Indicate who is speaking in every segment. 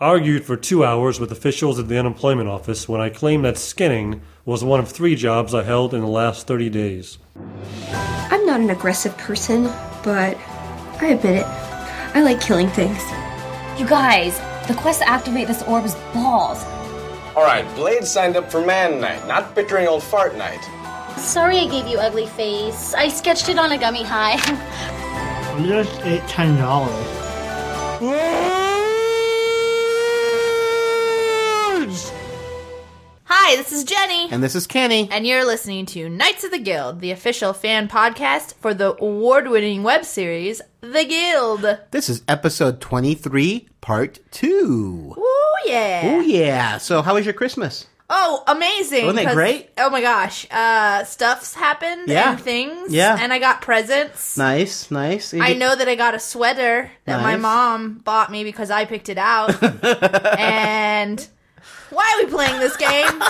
Speaker 1: Argued for two hours with officials at the unemployment office when I claimed that skinning was one of three jobs I held in the last 30 days.
Speaker 2: I'm not an aggressive person, but I admit it. I like killing things.
Speaker 3: You guys, the quest to activate this orb is balls.
Speaker 4: Alright, Blade signed up for Man Night, not bickering old fart night.
Speaker 5: Sorry I gave you ugly face. I sketched it on a gummy high.
Speaker 6: I'm just at ten dollars.
Speaker 7: Hi, this is Jenny,
Speaker 8: And this is Kenny.
Speaker 7: and you're listening to Knights of the Guild, the official fan podcast for the award winning web series, The Guild.
Speaker 8: This is episode 23, part 2.
Speaker 7: Ooh, yeah.
Speaker 8: Oh, yeah. So, how was your Christmas?
Speaker 7: Oh, amazing.
Speaker 8: Wasn't it
Speaker 7: 'cause-
Speaker 8: great?
Speaker 7: Oh my gosh. Uh, stuff's happened
Speaker 8: Yeah.
Speaker 7: and things.
Speaker 8: Yeah.
Speaker 7: And I got presents.
Speaker 8: Nice, nice.
Speaker 7: I know that I got a sweater that my
Speaker 8: Nice.
Speaker 7: mom bought me because I picked it out. and why are we playing this game?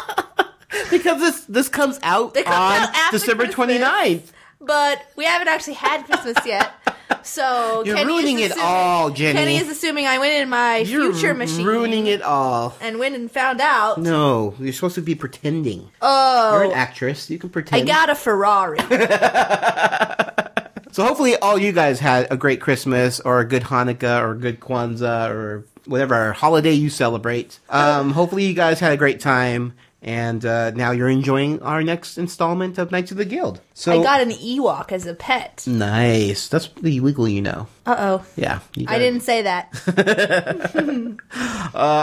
Speaker 8: Because this this comes out
Speaker 7: It comes
Speaker 8: on
Speaker 7: out after
Speaker 8: December
Speaker 7: Christmas.
Speaker 8: 29th.
Speaker 7: but we haven't actually had Christmas yet. So
Speaker 8: You're
Speaker 7: Kenny is
Speaker 8: ruining it
Speaker 7: assuming-
Speaker 8: all, Jenny.
Speaker 7: Kenny is assuming I went in my
Speaker 8: You're
Speaker 7: future machine
Speaker 8: ruining it all.
Speaker 7: and went and found out.
Speaker 8: No, you're supposed to be pretending. You're an
Speaker 7: Oh,
Speaker 8: actress. You can
Speaker 7: I
Speaker 8: pretend.
Speaker 7: got a Ferrari.
Speaker 8: so hopefully all you guys had a great Christmas or a good Hanukkah or a good Kwanzaa or whatever holiday you celebrate. Um, hopefully you guys had a great time and uh, now you're enjoying our next installment of Knights of the Guild. So
Speaker 7: I got an Ewok as a
Speaker 8: Mm.
Speaker 7: pet.
Speaker 8: nice. That's the wiggle you know.
Speaker 7: Uh oh.
Speaker 8: Yeah, you
Speaker 7: I
Speaker 8: got it.
Speaker 7: didn't say that.
Speaker 8: Uh,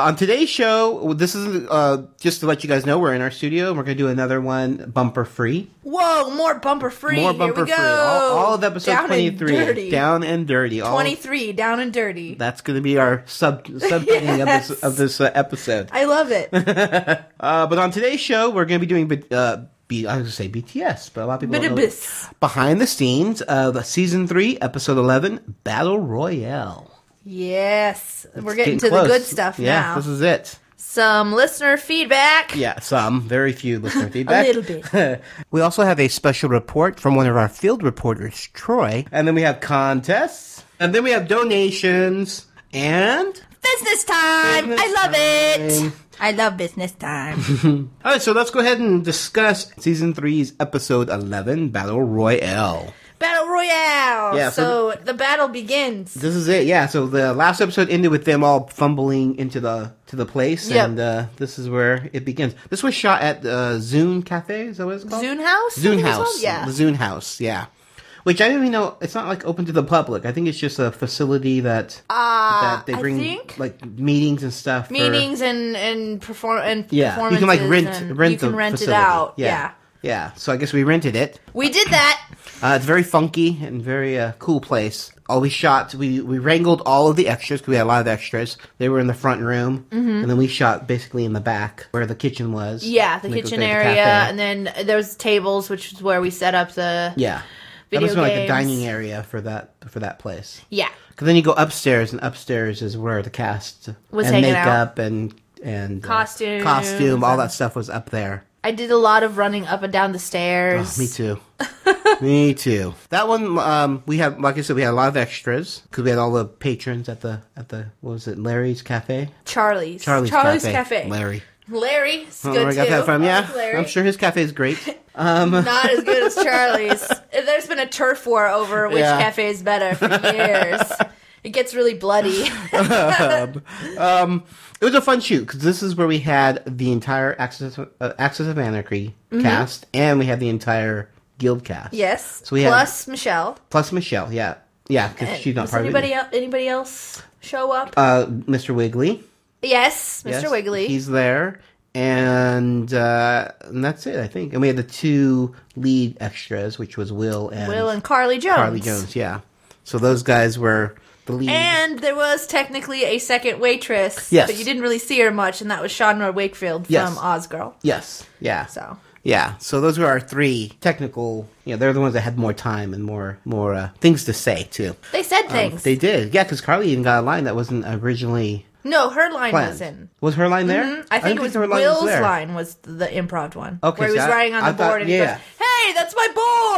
Speaker 8: on today's show, this is uh, just to let you guys know we're in our studio and we're going to do another one bumper free.
Speaker 7: Whoa, more bumper free.
Speaker 8: More
Speaker 7: Here
Speaker 8: bumper
Speaker 7: we go.
Speaker 8: free. All, all of episode
Speaker 7: Down and
Speaker 8: 23.
Speaker 7: dirty.
Speaker 8: Down and dirty. All-
Speaker 7: 23, down and dirty.
Speaker 8: that's going to be our sub subheading
Speaker 7: Yes.
Speaker 8: of this, of this uh, episode.
Speaker 7: I love it.
Speaker 8: Uh, but on today's show, we're going to be doing. B- Uh, B- I was going to say BTS, but a lot of people don't know.
Speaker 7: Bitibus.
Speaker 8: behind the scenes of season three, episode eleven, Battle Royale.
Speaker 7: Yes. We're
Speaker 8: It's
Speaker 7: getting, to
Speaker 8: close.
Speaker 7: the good stuff
Speaker 8: yeah,
Speaker 7: now.
Speaker 8: this is it.
Speaker 7: Some listener feedback.
Speaker 8: Yeah, some very few listener
Speaker 7: A
Speaker 8: feedback.
Speaker 7: little bit.
Speaker 8: We also have a special report from one of our field reporters, Troy. And then we have contests. And then we have donations. And.
Speaker 7: business time.
Speaker 8: Business
Speaker 7: I love
Speaker 8: time.
Speaker 7: it. I love business time.
Speaker 8: All right, so let's go ahead and discuss season three's episode 11, Battle Royale.
Speaker 7: battle royale.
Speaker 8: Yeah, so
Speaker 7: so the battle begins.
Speaker 8: This is it, yeah. So the last episode ended with them all fumbling into the to the place,
Speaker 7: Yep.
Speaker 8: and uh, this is where it begins. This was shot at uh, Zune Cafe, is that what it's called?
Speaker 7: Zune House? I
Speaker 8: Zune
Speaker 7: think it's
Speaker 8: House.
Speaker 7: called? Yeah.
Speaker 8: The Zune House, yeah. Which I don't even know, it's not like open to the public. I think it's just a facility that, that they
Speaker 7: Uh, I
Speaker 8: bring
Speaker 7: think-
Speaker 8: like meetings and stuff. for-
Speaker 7: Meetings and and perform and
Speaker 8: yeah, you can like rent
Speaker 7: performances and
Speaker 8: rent
Speaker 7: you can
Speaker 8: the
Speaker 7: rent
Speaker 8: facility.
Speaker 7: it out. Yeah.
Speaker 8: yeah, yeah. So I guess we rented it.
Speaker 7: we did that.
Speaker 8: Uh, it's very funky and very uh, cool place. All we shot, we, we wrangled all of the extras because we had a lot of extras. They were in the front room,
Speaker 7: Mm-hmm.
Speaker 8: and then we shot basically in the back where the kitchen was.
Speaker 7: Yeah, the
Speaker 8: Like,
Speaker 7: kitchen
Speaker 8: like the
Speaker 7: area,
Speaker 8: cafe.
Speaker 7: and then there's tables, which is where we set up the
Speaker 8: yeah, that
Speaker 7: video
Speaker 8: must have been like the
Speaker 7: games.
Speaker 8: dining area for that for that place.
Speaker 7: yeah.
Speaker 8: Because then you go upstairs, and upstairs is where the cast
Speaker 7: Was
Speaker 8: and
Speaker 7: hanging
Speaker 8: makeup and and uh,
Speaker 7: Costumes
Speaker 8: costume, all
Speaker 7: and-
Speaker 8: that stuff was up there.
Speaker 7: I did a lot of running up and down the stairs.
Speaker 8: Oh, Me too. Me too. That one, um, we had, like I said, we had a lot of extras because we had all the patrons at the at the what was it, Larry's Cafe,
Speaker 7: Charlie's,
Speaker 8: Charlie's,
Speaker 7: Charlie's
Speaker 8: Cafe,
Speaker 7: Cafe.
Speaker 8: Larry.
Speaker 7: Larry's
Speaker 8: I don't
Speaker 7: good
Speaker 8: know where I got
Speaker 7: too.
Speaker 8: that from.
Speaker 7: I
Speaker 8: Yeah,
Speaker 7: like Larry.
Speaker 8: I'm sure his cafe is great.
Speaker 7: not as good as Charlie's. There's been a turf war over which
Speaker 8: Yeah.
Speaker 7: cafe is better for years. it gets really bloody.
Speaker 8: It was a fun shoot because this is where we had the entire Axis of, uh, Axis of Anarchy cast, and we had the entire Guild cast.
Speaker 7: Mm-hmm. yes.
Speaker 8: So we had-
Speaker 7: Plus Michelle.
Speaker 8: plus Michelle. Yeah, yeah, because she's not
Speaker 7: Does
Speaker 8: part
Speaker 7: anybody
Speaker 8: of it.
Speaker 7: el- anybody else show up?
Speaker 8: Uh, Mr. Wiggly.
Speaker 7: yes, Mr.
Speaker 8: Yes,
Speaker 7: Wiggly.
Speaker 8: He's there. And, uh, and that's it, I think. And we had the two lead extras, which was Will and,
Speaker 7: Will and Carly Jones.
Speaker 8: Carly Jones. Yeah. So those guys were the lead.
Speaker 7: And there was technically a second waitress,
Speaker 8: Yes.
Speaker 7: but you didn't really see her much, and that was Shawnra Wakefield
Speaker 8: Yes.
Speaker 7: from Ozgirl.
Speaker 8: yes. Yeah.
Speaker 7: So
Speaker 8: Yeah. So those were our three technical. You know, they're the ones that had more time and more more uh, things to say too.
Speaker 7: they said
Speaker 8: Um,
Speaker 7: things.
Speaker 8: they did. Yeah, because Carly even got a line that wasn't originally
Speaker 7: no, her line
Speaker 8: planned.
Speaker 7: was in.
Speaker 8: Was her line there?
Speaker 7: Mm, Mm-hmm. I think
Speaker 8: didn't
Speaker 7: it was
Speaker 8: her line
Speaker 7: Will's
Speaker 8: there.
Speaker 7: line was the improv one.
Speaker 8: Okay,
Speaker 7: where he
Speaker 8: so I-
Speaker 7: was riding on
Speaker 8: I
Speaker 7: the
Speaker 8: thought-
Speaker 7: board and
Speaker 8: yeah.
Speaker 7: he goes, "Hey, that's my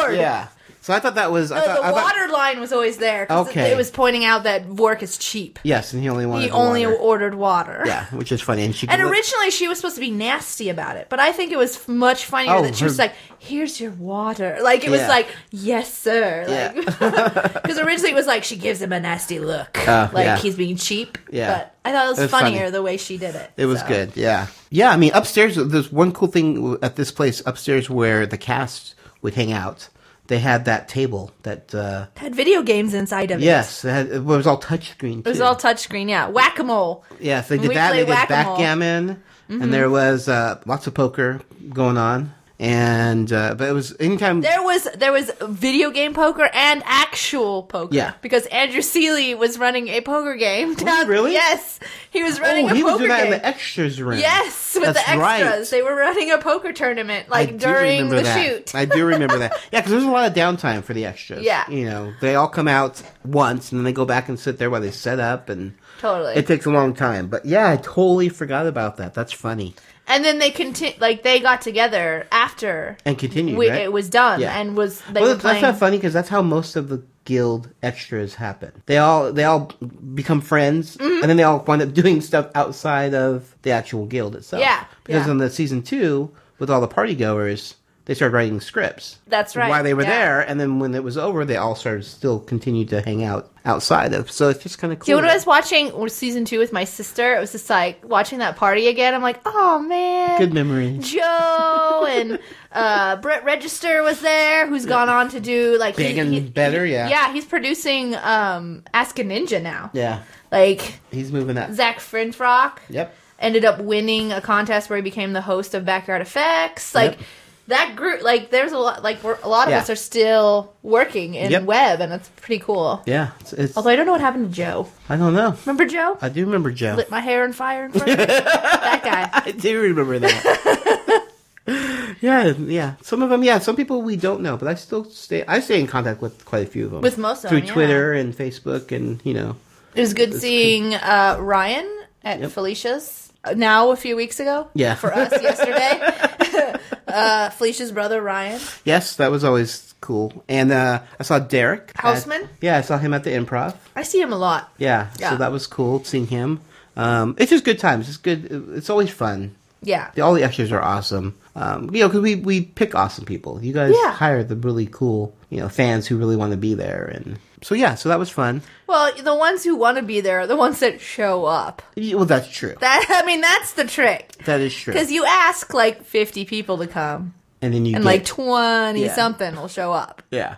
Speaker 7: board."
Speaker 8: Yeah. So I thought that was. I
Speaker 7: No,
Speaker 8: thought,
Speaker 7: the
Speaker 8: I thought-
Speaker 7: water line was always there. 'cause
Speaker 8: Okay.
Speaker 7: It, it was pointing out that Vork is cheap.
Speaker 8: yes, and he only wanted.
Speaker 7: He
Speaker 8: the
Speaker 7: only
Speaker 8: water.
Speaker 7: ordered water.
Speaker 8: yeah, which is funny. And she
Speaker 7: And
Speaker 8: gl-
Speaker 7: originally she was supposed to be nasty about it, but I think it was f- much funnier
Speaker 8: Oh,
Speaker 7: that she was
Speaker 8: her-
Speaker 7: like, "Here's your water." Like it was
Speaker 8: Yeah.
Speaker 7: like, "Yes, sir."
Speaker 8: Yeah.
Speaker 7: Because originally it was like she gives him a nasty look,
Speaker 8: Oh,
Speaker 7: like
Speaker 8: yeah.
Speaker 7: he's being cheap.
Speaker 8: Yeah.
Speaker 7: But I thought it was,
Speaker 8: It was
Speaker 7: funnier
Speaker 8: funny.
Speaker 7: the way she did it.
Speaker 8: It was
Speaker 7: so.
Speaker 8: good, yeah. Yeah, I mean, upstairs, there's one cool thing w- at this place upstairs where the cast would hang out. They had that table that, uh,
Speaker 7: It had video games inside of it.
Speaker 8: yes, it, had, it was all touchscreen.
Speaker 7: It was all touchscreen. Yeah. Whack a mole.
Speaker 8: Yeah, so they
Speaker 7: we
Speaker 8: did that. They
Speaker 7: play
Speaker 8: did
Speaker 7: whack-a-mole. Mm-hmm.
Speaker 8: backgammon, and there was uh, lots of poker going on. And uh, but it was anytime.
Speaker 7: There was there was video game poker and actual poker.
Speaker 8: Yeah.
Speaker 7: Because Andrew Seeley was running a poker game.
Speaker 8: he
Speaker 7: down-
Speaker 8: really?
Speaker 7: Yes. He was running
Speaker 8: oh,
Speaker 7: a
Speaker 8: he
Speaker 7: poker
Speaker 8: was doing that
Speaker 7: game.
Speaker 8: in the extras room.
Speaker 7: Yes, with
Speaker 8: That's
Speaker 7: the extras.
Speaker 8: Right.
Speaker 7: They were running a poker tournament
Speaker 8: I
Speaker 7: like
Speaker 8: do
Speaker 7: during
Speaker 8: remember
Speaker 7: the
Speaker 8: that.
Speaker 7: shoot.
Speaker 8: I do remember that. Yeah, because there's a lot of downtime for the extras.
Speaker 7: Yeah.
Speaker 8: you know, they all come out once and then they go back and sit there while they set up, and
Speaker 7: Totally.
Speaker 8: it takes a long time. But yeah, I totally forgot about that. That's funny.
Speaker 7: and then they continue like they got together after
Speaker 8: And continued,
Speaker 7: we,
Speaker 8: right?
Speaker 7: it was done
Speaker 8: Yeah.
Speaker 7: and was they
Speaker 8: well,
Speaker 7: were
Speaker 8: that's
Speaker 7: playing.
Speaker 8: not funny because that's how most of the guild extras happen. They all they all become friends,
Speaker 7: Mm-hmm.
Speaker 8: and then they all wind up doing stuff outside of the actual guild itself.
Speaker 7: Yeah,
Speaker 8: because
Speaker 7: yeah.
Speaker 8: on the season two, with all the party goers, they started writing scripts.
Speaker 7: That's right,
Speaker 8: While they were
Speaker 7: yeah.
Speaker 8: there, and then when it was over, they all started still continued to hang out outside of. So it's just kind of cool.
Speaker 7: Do you know what I was watching was season two with my sister? It was just like watching that party again. I'm like, oh man,
Speaker 8: Good memory.
Speaker 7: Joe and uh, Brett Register was there, who's gone on to do like
Speaker 8: Big and better, yeah.
Speaker 7: yeah. He's producing um, Ask a Ninja now.
Speaker 8: Yeah,
Speaker 7: Like
Speaker 8: he's moving that.
Speaker 7: Zach Frinfrock.
Speaker 8: Yep.
Speaker 7: ended up winning a contest where he became the host of Backyard Effects. Like
Speaker 8: Yep.
Speaker 7: that group, like there's a lot, like we're, a lot of
Speaker 8: Yeah.
Speaker 7: us are still working in
Speaker 8: Yep.
Speaker 7: web, and it's pretty cool.
Speaker 8: Yeah, it's, it's
Speaker 7: Although I don't know what happened to Joe.
Speaker 8: I don't know.
Speaker 7: Remember Joe?
Speaker 8: I do remember Joe.
Speaker 7: Lit my hair on fire in front of me. that guy.
Speaker 8: I do remember that. yeah, yeah. Some of them, yeah. Some people we don't know, but I still stay. I stay in contact with quite a few of them.
Speaker 7: With most of
Speaker 8: through
Speaker 7: them, yeah.
Speaker 8: Twitter and Facebook, and you know,
Speaker 7: It was good seeing uh, Ryan at Felicia's uh, now a few weeks ago.
Speaker 8: Yeah.
Speaker 7: For us yesterday. uh, Felicia's brother Ryan.
Speaker 8: yes, that was always cool. And uh, I saw Derek at-
Speaker 7: Houseman?
Speaker 8: yeah, I saw him at the improv.
Speaker 7: I see him a lot.
Speaker 8: Yeah,
Speaker 7: Yeah.
Speaker 8: so that was cool seeing him. Um, it's just good times. It's good. It's always fun.
Speaker 7: Yeah.
Speaker 8: The- All the extras are awesome. Um, you know, because we, we pick awesome people. You guys
Speaker 7: Yeah.
Speaker 8: hire the really cool, you know, fans who really want to be there, and so yeah, so that was fun.
Speaker 7: Well, the ones who want to be there are the ones that show up.
Speaker 8: Yeah, Well, that's true.
Speaker 7: That I mean, that's the trick.
Speaker 8: That is true.
Speaker 7: Because you ask like 50 people to come,
Speaker 8: and then you
Speaker 7: and
Speaker 8: get-
Speaker 7: like 20
Speaker 8: Yeah.
Speaker 7: something will show up.
Speaker 8: yeah,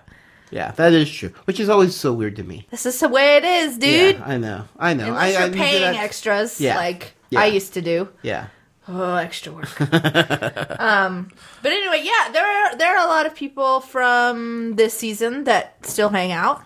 Speaker 8: yeah, that is true. Which is always so weird to me.
Speaker 7: This is the way it is, dude.
Speaker 8: yeah, I know, I know.
Speaker 7: Unless
Speaker 8: I, I
Speaker 7: you're
Speaker 8: you do
Speaker 7: paying
Speaker 8: that-
Speaker 7: extras,
Speaker 8: Yeah.
Speaker 7: like
Speaker 8: Yeah.
Speaker 7: I used to do.
Speaker 8: Yeah,
Speaker 7: Oh, extra work. um, but anyway, yeah, there are there are a lot of people from this season that still hang out.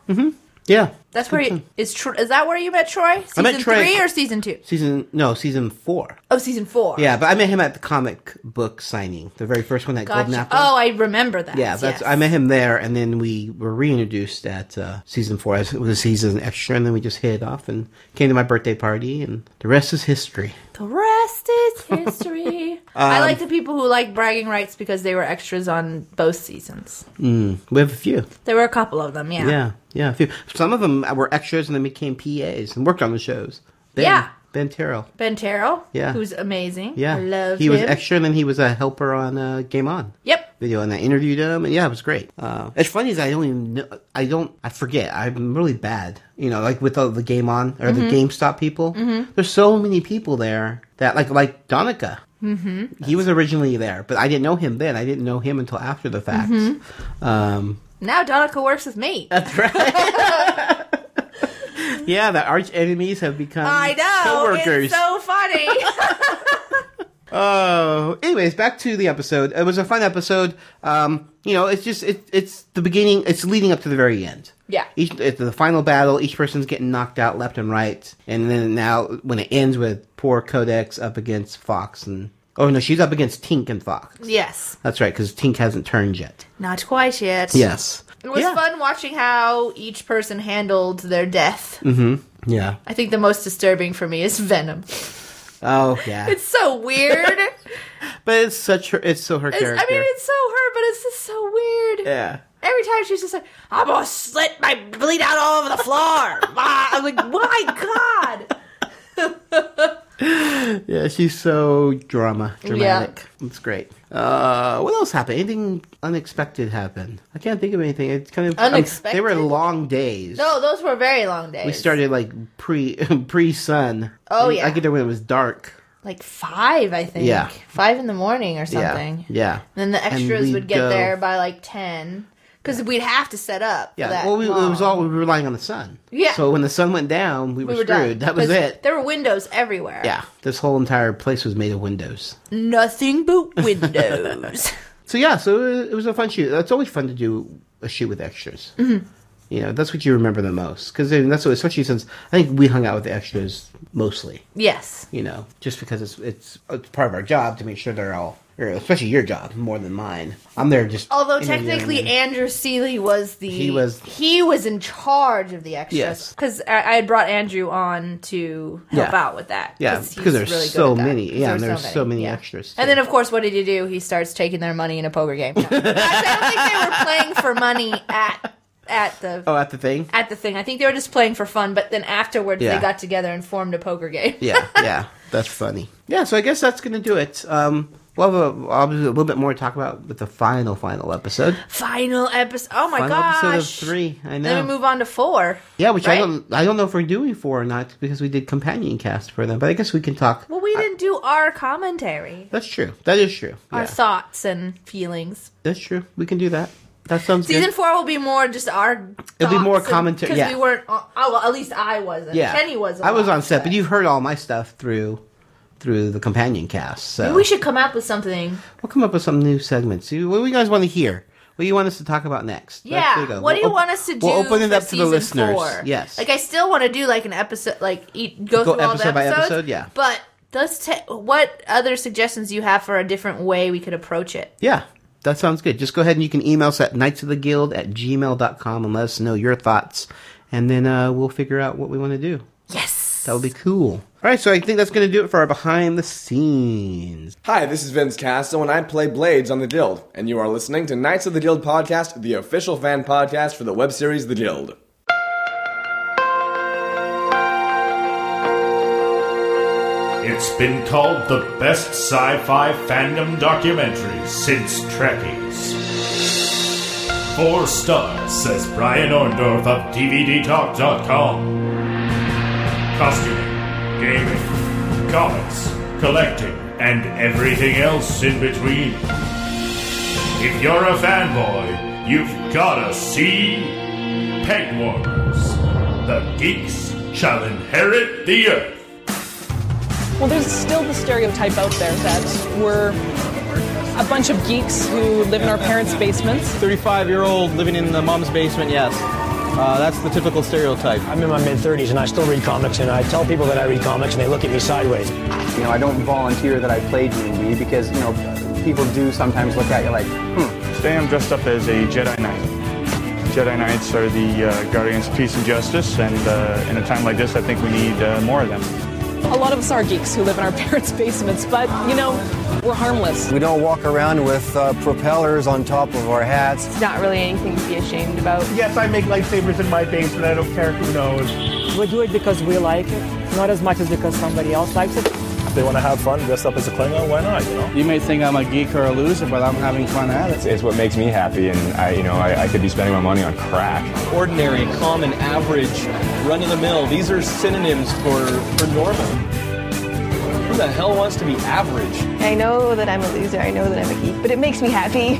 Speaker 8: yeah.
Speaker 7: That's where you, is Tro- is that where you met Troy? Season
Speaker 8: met Troy-
Speaker 7: three or season two?
Speaker 8: Season no, season four.
Speaker 7: Oh, season four.
Speaker 8: Yeah, but I met him at the comic book signing, the very first one at Golden
Speaker 7: Gotcha.
Speaker 8: Apple.
Speaker 7: Oh, I remember that.
Speaker 8: yeah, that's
Speaker 7: yes.
Speaker 8: I met him there, and then we were reintroduced at uh, season four as it was a season extra, and then we just hit it off and came to my birthday party, and the rest is history.
Speaker 7: The rest is history. I
Speaker 8: Um,
Speaker 7: like the people who like bragging rights because they were extras on both seasons.
Speaker 8: We have a few.
Speaker 7: There were a couple of them, yeah.
Speaker 8: Yeah, yeah. A few. Some of them were extras and then became PAs and worked on the shows. Ben,
Speaker 7: Yeah.
Speaker 8: Ben Terrell.
Speaker 7: Ben Terrell,
Speaker 8: Yeah.
Speaker 7: who's amazing.
Speaker 8: Yeah,
Speaker 7: I love
Speaker 8: he
Speaker 7: him.
Speaker 8: was extra and then he was a helper on uh, Game On.
Speaker 7: Yep.
Speaker 8: Video and I interviewed him and yeah, it was great. Uh, it's funny is I don't even know, I don't I forget I'm really bad you know like with all the Game On or the
Speaker 7: Mm-hmm.
Speaker 8: GameStop people. There's so many people there that like like Donica. Mm-hmm. He was originally there, but I didn't know him then. I didn't know him until after the fact.
Speaker 7: Mm-hmm.
Speaker 8: Um,
Speaker 7: Now Donica works with me.
Speaker 8: yeah, the arch enemies have become
Speaker 7: I know.
Speaker 8: coworkers.
Speaker 7: It's so funny.
Speaker 8: Oh, anyways, back to the episode. It was a fun episode. Um, you know, it's just it, it's the beginning. It's leading up to the very end.
Speaker 7: Yeah.
Speaker 8: Each it's the final battle. Each person's getting knocked out left and right, and then now when it ends with poor Codex up against Fox and oh no, she's up against Tink and Fox.
Speaker 7: yes.
Speaker 8: That's right, because Tink hasn't turned yet.
Speaker 7: Not quite yet.
Speaker 8: Yes.
Speaker 7: It was
Speaker 8: yeah.
Speaker 7: fun watching how each person handled their death.
Speaker 8: Mm. Yeah.
Speaker 7: I think the most disturbing for me is Venom.
Speaker 8: Oh yeah.
Speaker 7: It's so weird. It's-
Speaker 8: but it's such her. It's so her
Speaker 7: I
Speaker 8: character.
Speaker 7: mean, it's so her, but it's just so weird.
Speaker 8: yeah.
Speaker 7: Every time she's just like, I'm gonna slit my bleed out all over the floor. Ah, I'm like, my God.
Speaker 8: Yeah, she's so drama dramatic.
Speaker 7: Yeah.
Speaker 8: It's great. Uh, what else happened? Anything unexpected happened? I can't think of anything. It's kind of um, they were
Speaker 7: Unexpected?
Speaker 8: long days.
Speaker 7: No, those were very long days.
Speaker 8: we started like pre pre sun.
Speaker 7: Oh,
Speaker 8: I
Speaker 7: yeah.
Speaker 8: get there when it was dark.
Speaker 7: like five, I think.
Speaker 8: Yeah.
Speaker 7: Five in the morning or something.
Speaker 8: Yeah, yeah.
Speaker 7: Then the extras
Speaker 8: we'd
Speaker 7: would get
Speaker 8: go-
Speaker 7: there by like ten because we'd have to set up. for
Speaker 8: Yeah,
Speaker 7: that
Speaker 8: well, we, it was
Speaker 7: long.
Speaker 8: all we were relying on the sun.
Speaker 7: Yeah.
Speaker 8: So when the sun went down, we were,
Speaker 7: we were
Speaker 8: screwed.
Speaker 7: done.
Speaker 8: That was
Speaker 7: 'Cause
Speaker 8: it.
Speaker 7: There were windows everywhere.
Speaker 8: Yeah, this whole entire place was made of windows.
Speaker 7: nothing but windows.
Speaker 8: So yeah, so it it was a fun shoot. It's always fun to do a shoot with extras.
Speaker 7: Mm-hmm.
Speaker 8: You know, that's what you remember the most because that's what, especially since I think we hung out with the extras mostly.
Speaker 7: yes.
Speaker 8: You know, just because it's it's, it's part of our job to make sure they're all, or especially your job more than mine. I'm there just
Speaker 7: Although
Speaker 8: interviewing
Speaker 7: technically
Speaker 8: them.
Speaker 7: Andrew Seeley was the
Speaker 8: He was-
Speaker 7: he was in charge of the extras.
Speaker 8: Yes.
Speaker 7: because I, I had brought Andrew on to help
Speaker 8: Yeah.
Speaker 7: out with that.
Speaker 8: yeah,
Speaker 7: he's
Speaker 8: because there's
Speaker 7: really good
Speaker 8: so
Speaker 7: at that.
Speaker 8: many.
Speaker 7: 'Cause
Speaker 8: Yeah,
Speaker 7: there
Speaker 8: and
Speaker 7: were
Speaker 8: there's so many
Speaker 7: yeah.
Speaker 8: extras.
Speaker 7: And
Speaker 8: too.
Speaker 7: then, of course, what did he do? He starts taking their money in a poker game. No. Actually, I don't think they were playing for money at at the
Speaker 8: oh, at the thing.
Speaker 7: at the thing. I think they were just playing for fun. But then afterwards,
Speaker 8: Yeah.
Speaker 7: they got together and formed a poker game.
Speaker 8: yeah, yeah, that's funny. Yeah, so I guess that's gonna do it. Um, we'll have a, obviously a little bit more to talk about with the final, final episode.
Speaker 7: Final episode. Oh my
Speaker 8: final
Speaker 7: gosh!
Speaker 8: episode of three. I know.
Speaker 7: Then we move on to four.
Speaker 8: yeah, which I
Speaker 7: right?
Speaker 8: don't, I don't know if we're doing four or not because we did companion cast for them. But I guess we can talk.
Speaker 7: Well, we didn't do our commentary,
Speaker 8: That's true. That is true.
Speaker 7: our
Speaker 8: Yeah,
Speaker 7: thoughts and feelings.
Speaker 8: that's true. We can do that. That sounds
Speaker 7: Season
Speaker 8: good.
Speaker 7: four will be more just our.
Speaker 8: It'll be more commentary-
Speaker 7: because
Speaker 8: yeah.
Speaker 7: we weren't. On, oh, well, at least I wasn't.
Speaker 8: yeah,
Speaker 7: Kenny was.
Speaker 8: I was
Speaker 7: along,
Speaker 8: on set, but you've heard all my stuff through through the companion cast. So
Speaker 7: Maybe we should come up with something.
Speaker 8: will come up with some new segments. See, What do you guys want to hear? What do you want us to talk about next? Let's- there
Speaker 7: Yeah.
Speaker 8: you go.
Speaker 7: What do you
Speaker 8: We'll op-
Speaker 7: want us to do?
Speaker 8: We'll open it
Speaker 7: for
Speaker 8: up to the
Speaker 7: season
Speaker 8: listeners.
Speaker 7: Four?
Speaker 8: Yes.
Speaker 7: Like I still want to do like an episode, like eat, go,
Speaker 8: Go
Speaker 7: through all the
Speaker 8: episode by
Speaker 7: episodes.
Speaker 8: episode, yeah.
Speaker 7: But let's ta- what other suggestions do you have for a different way we could approach it?
Speaker 8: Yeah, that sounds good. Just go ahead and you can email us at knights of the guild at gmail.com and let us know your thoughts. And then uh, we'll figure out what we want to do.
Speaker 7: Yes.
Speaker 8: That would be cool. All right, so I think that's going to do it for our behind the scenes.
Speaker 2: Hi, this is Vince Castle, and I play Blades on The Guild, and you are listening to Knights of the Guild podcast, the official fan podcast for the web series The Guild.
Speaker 9: It's been called the best sci fi fandom documentary since Trekkies. Four stars, says Brian Orndorff of DVDTalk.com. Costuming, gaming, comics, collecting, and everything else in between. If you're a fanboy, you've gotta see Pegwarmers. The geeks shall inherit the earth.
Speaker 10: Well, there's still the stereotype out there that we're a bunch of geeks who live in our parents' basements.
Speaker 11: 35 year old living in the mom's basement, yes. Uh, that's the typical stereotype.
Speaker 10: I'm in my mid 30s and I still read comics, and I tell people that I read comics, and they look at me sideways.
Speaker 11: You know, I don't volunteer that I played D&D because, you know, people do sometimes look at you like, hmm. Today I'm dressed up as a Jedi Knight. Jedi Knights are the uh, guardians of peace and justice, and uh, in a time like this, I think we need uh, more of them.
Speaker 10: A lot of us are geeks who live in our parents' basements, but, you know, we're harmless.
Speaker 11: We don't walk around with uh, propellers on top of our hats.
Speaker 10: It's not really anything to be ashamed about.
Speaker 11: Yes, I make lightsabers in my basement. I don't care who knows.
Speaker 10: We do it because we like it, not as much as because somebody else likes it.
Speaker 9: If they want to have fun, dress up as a Klingon, why not? You know.
Speaker 11: You may think I'm a geek or a loser, but I'm having fun at it.
Speaker 9: It's what makes me happy, and I, you know, I, I could be spending my money on crack.
Speaker 11: ordinary, common, average, run of the mill. These are synonyms for, for normal. Who the hell wants to be average?
Speaker 10: I know that I'm a loser, I know that I'm a geek, but it makes me happy.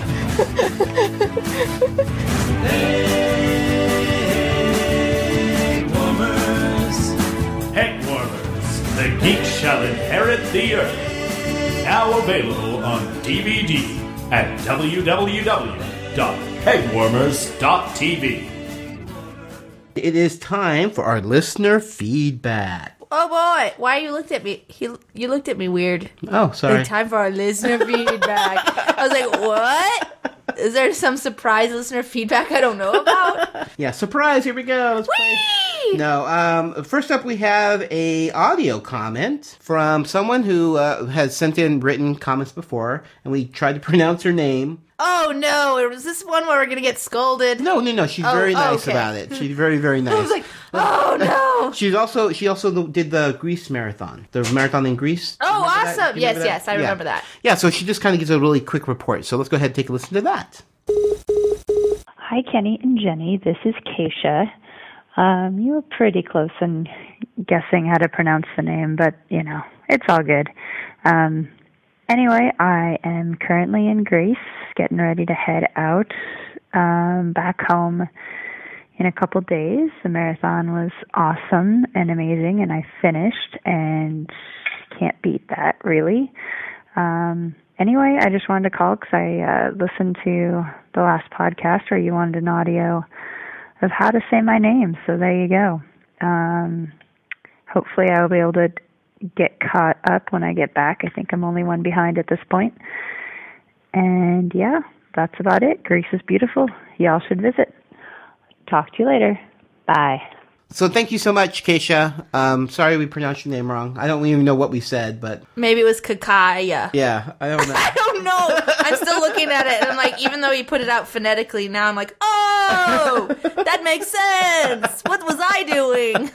Speaker 9: Heck Warmers, the geek shall inherit the earth. Now available on DVD at www.headwarmers.tv.
Speaker 8: It is time for our listener feedback.
Speaker 7: Oh boy, why you looked at me? He you looked at me weird.
Speaker 8: Oh, sorry.
Speaker 7: It's time for our listener feedback. I was like, what? Is there some surprise listener feedback I don't know about?
Speaker 8: Yeah, surprise, here we go. Let's play.
Speaker 7: Whee!
Speaker 8: No, um, first up we have a audio comment from someone who uh, has sent in written comments before, and we tried to pronounce her name.
Speaker 7: Oh no! It was this one where we're gonna get scolded.
Speaker 8: No, no, no. She's
Speaker 7: Oh,
Speaker 8: very nice about it. She's very, very nice.
Speaker 7: like, oh no!
Speaker 8: She's also she also did the Greece marathon, the marathon in Greece.
Speaker 7: Oh,
Speaker 8: that? Do
Speaker 7: awesome!
Speaker 8: you
Speaker 7: Yes,
Speaker 8: remember that?
Speaker 7: yes, I
Speaker 8: Yeah.
Speaker 7: remember that.
Speaker 8: Yeah, so she just kind of gives a really quick report. So let's go ahead and take a listen to that.
Speaker 12: Hi, Kenny and Jenny. This is Keisha. Um, you were pretty close in guessing how to pronounce the name, but you know, it's all good. Um, anyway, I am currently in Greece, getting ready to head out um, back home in a couple days. The marathon was awesome and amazing, and I finished, and can't beat that, really. Um, anyway, I just wanted to call because I uh, listened to the last podcast where you wanted an audio of how to say my name. So there you go. Um, hopefully, I will be able to get caught up when I get back. I think I'm only one behind at this point. And yeah, that's about it. Greece is beautiful. Y'all should visit. Talk to you later. Bye.
Speaker 8: So thank you so much, Keisha. Um, sorry we pronounced your name wrong. I don't even know what we said, but
Speaker 7: Maybe it was Kakaya.
Speaker 8: yeah, I don't know.
Speaker 7: I don't know. Oh, I'm still looking at it, and I'm like, even though he put it out phonetically, now I'm like, oh, that makes sense. What was I doing?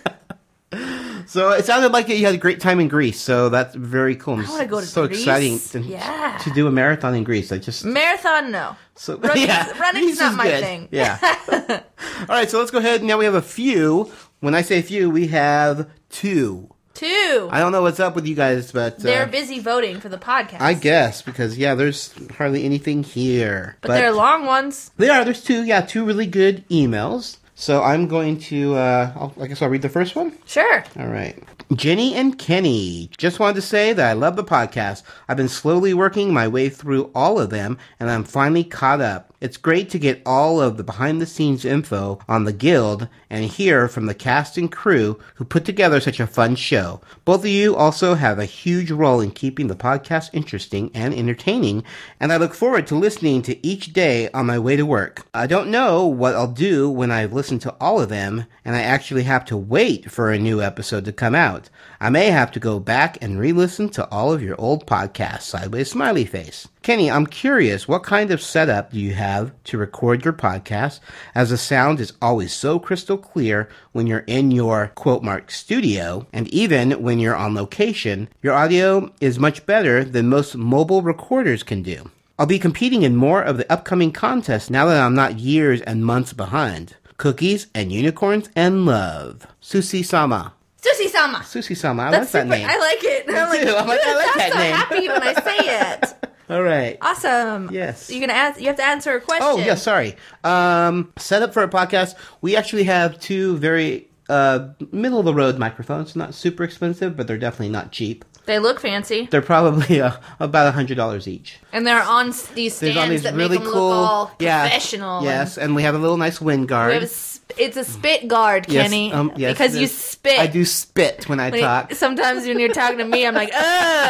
Speaker 8: so it sounded like you had a great time in Greece. So that's very cool. I'm
Speaker 7: I wanna go to
Speaker 8: so
Speaker 7: Greece.
Speaker 8: exciting to,
Speaker 7: Yeah.
Speaker 8: to do a marathon in Greece. I just
Speaker 7: Marathon, no.
Speaker 8: so
Speaker 7: Running's,
Speaker 8: yeah.
Speaker 7: running's
Speaker 8: This
Speaker 7: not
Speaker 8: is
Speaker 7: my
Speaker 8: good.
Speaker 7: thing.
Speaker 8: Yeah. All right, so let's go ahead. Now we have a few. When I say a few, we have two.
Speaker 7: Two.
Speaker 8: I uh, don't know what's up with you guys, but
Speaker 7: They're
Speaker 8: uh,
Speaker 7: busy voting for the podcast,
Speaker 8: I guess because yeah, there's hardly anything here.
Speaker 7: but, they're long ones.
Speaker 8: They are. There's two. Yeah, two really good emails. So I'm going to. Uh, I'll, I guess I'll read the first one.
Speaker 7: Sure.
Speaker 8: All right. Jenny and Kenny. Just wanted to say that I love the podcast. I've been slowly working my way through all of them, and I'm finally caught up. It's great to get all of the behind the scenes info on the Guild and hear from the cast and crew who put together such a fun show. Both of you also have a huge role in keeping the podcast interesting and entertaining, and I look forward to listening to each day on my way to work. I don't know what I'll do when I've listened to all of them, and I actually have to wait for a new episode to come out. I may have to go back and re listen to all of your old podcasts, Sideways Smiley Face. Kenny, I'm curious, what kind of setup do you have to record your podcast as the sound is always so crystal clear when you're in your quote mark studio and even when you're on location? Your audio is much better than most mobile recorders can do. I'll be competing in more of the upcoming contests now that I'm not years and months behind. Cookies and unicorns and love. Susie Sama.
Speaker 7: Susie Sama.
Speaker 8: Susie Sama, I
Speaker 7: That's
Speaker 8: like
Speaker 7: super.
Speaker 8: that name.
Speaker 7: I like it. I'm like,
Speaker 8: too. I'm like, I like
Speaker 7: "Dude,
Speaker 8: that name."
Speaker 7: I'm so happy when I say it.
Speaker 8: All right.
Speaker 7: Awesome.
Speaker 8: Yes.
Speaker 7: You're gonna ask. You have to answer a question.
Speaker 8: Oh, yeah, sorry. Um, set up for a podcast. We actually have two very uh, middle of the road microphones. Not super expensive, but they're definitely not cheap.
Speaker 7: They look fancy,
Speaker 8: They're probably uh, about $100 each.
Speaker 7: and they're on s- these
Speaker 8: There's
Speaker 7: stands that make them look all professional.
Speaker 8: Yes, and we have a little nice wind guard.
Speaker 7: We have a sp- it's a spit guard,
Speaker 8: Yes,
Speaker 7: Kenny.
Speaker 8: um, yes,
Speaker 7: because you
Speaker 8: yes.
Speaker 7: spit.
Speaker 8: I do spit when I
Speaker 7: When you-
Speaker 8: talk.
Speaker 7: sometimes when you're talking to me, I'm like, oh,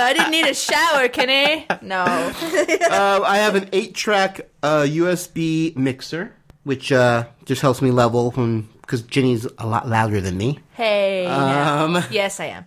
Speaker 7: I didn't need a shower, Kenny. No.
Speaker 8: uh, I have an eight-track uh, USB mixer, which uh, just helps me level when because Jenny's a lot louder than me.
Speaker 7: Hey. now.
Speaker 8: Um.
Speaker 7: Yes, I am.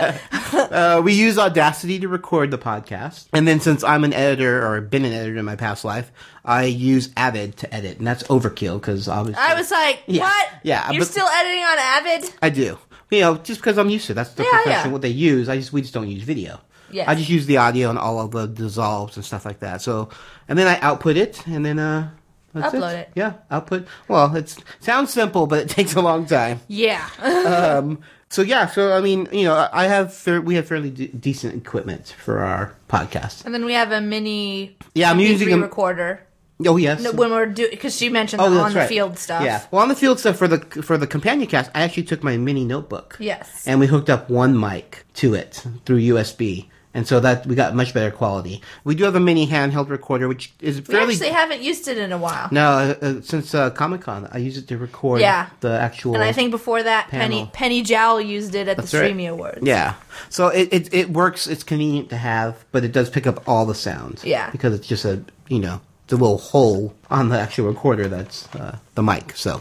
Speaker 8: Uh, we use Audacity to record the podcast, and then since I'm an editor or been an editor in my past life, I use Avid to edit, and that's overkill because obviously
Speaker 7: I was like,
Speaker 8: Yeah,
Speaker 7: what?
Speaker 8: yeah,
Speaker 7: You're
Speaker 8: but-
Speaker 7: still editing on Avid?
Speaker 8: I do. You know, just because I'm used to it. that's the
Speaker 7: Yeah,
Speaker 8: profession
Speaker 7: yeah.
Speaker 8: what they use. I just we just don't use video.
Speaker 7: Yes.
Speaker 8: I just use the audio and all of the dissolves and stuff like that. So, and then I output it, and then uh, that's
Speaker 7: Upload it.
Speaker 8: Yeah, output. Well, it's sounds simple, but it takes a long time.
Speaker 7: Yeah.
Speaker 8: um, so yeah, so I mean, you know, I have fair, we have fairly de- decent equipment for our podcast.
Speaker 7: and then we have a mini
Speaker 8: Yeah, I'm using a-
Speaker 7: recorder.
Speaker 8: Oh yes.
Speaker 7: No, when we're doing, because she mentioned
Speaker 8: Oh,
Speaker 7: the
Speaker 8: that's
Speaker 7: on the
Speaker 8: right.
Speaker 7: field stuff.
Speaker 8: Yeah. Well, on the field stuff for the for the companion cast, I actually took my mini notebook
Speaker 7: Yes.
Speaker 8: and we hooked up one mic to it through USB, and so that we got much better quality. We do have a mini handheld recorder, which is
Speaker 7: We
Speaker 8: fairly.
Speaker 7: actually haven't used it in a while.
Speaker 8: no, uh, uh, since uh, Comic Con, I use it to record
Speaker 7: Yeah.
Speaker 8: the actual.
Speaker 7: And I think before that, Penny
Speaker 8: Panel.
Speaker 7: Penny Jowl used it at
Speaker 8: That's
Speaker 7: the
Speaker 8: right.
Speaker 7: Streamy Awards.
Speaker 8: Yeah. So it, it, it works. It's convenient to have, but it does pick up all the sound.
Speaker 7: Yeah.
Speaker 8: Because it's just a, you know, the little hole on the actual recorder that's uh, the mic. So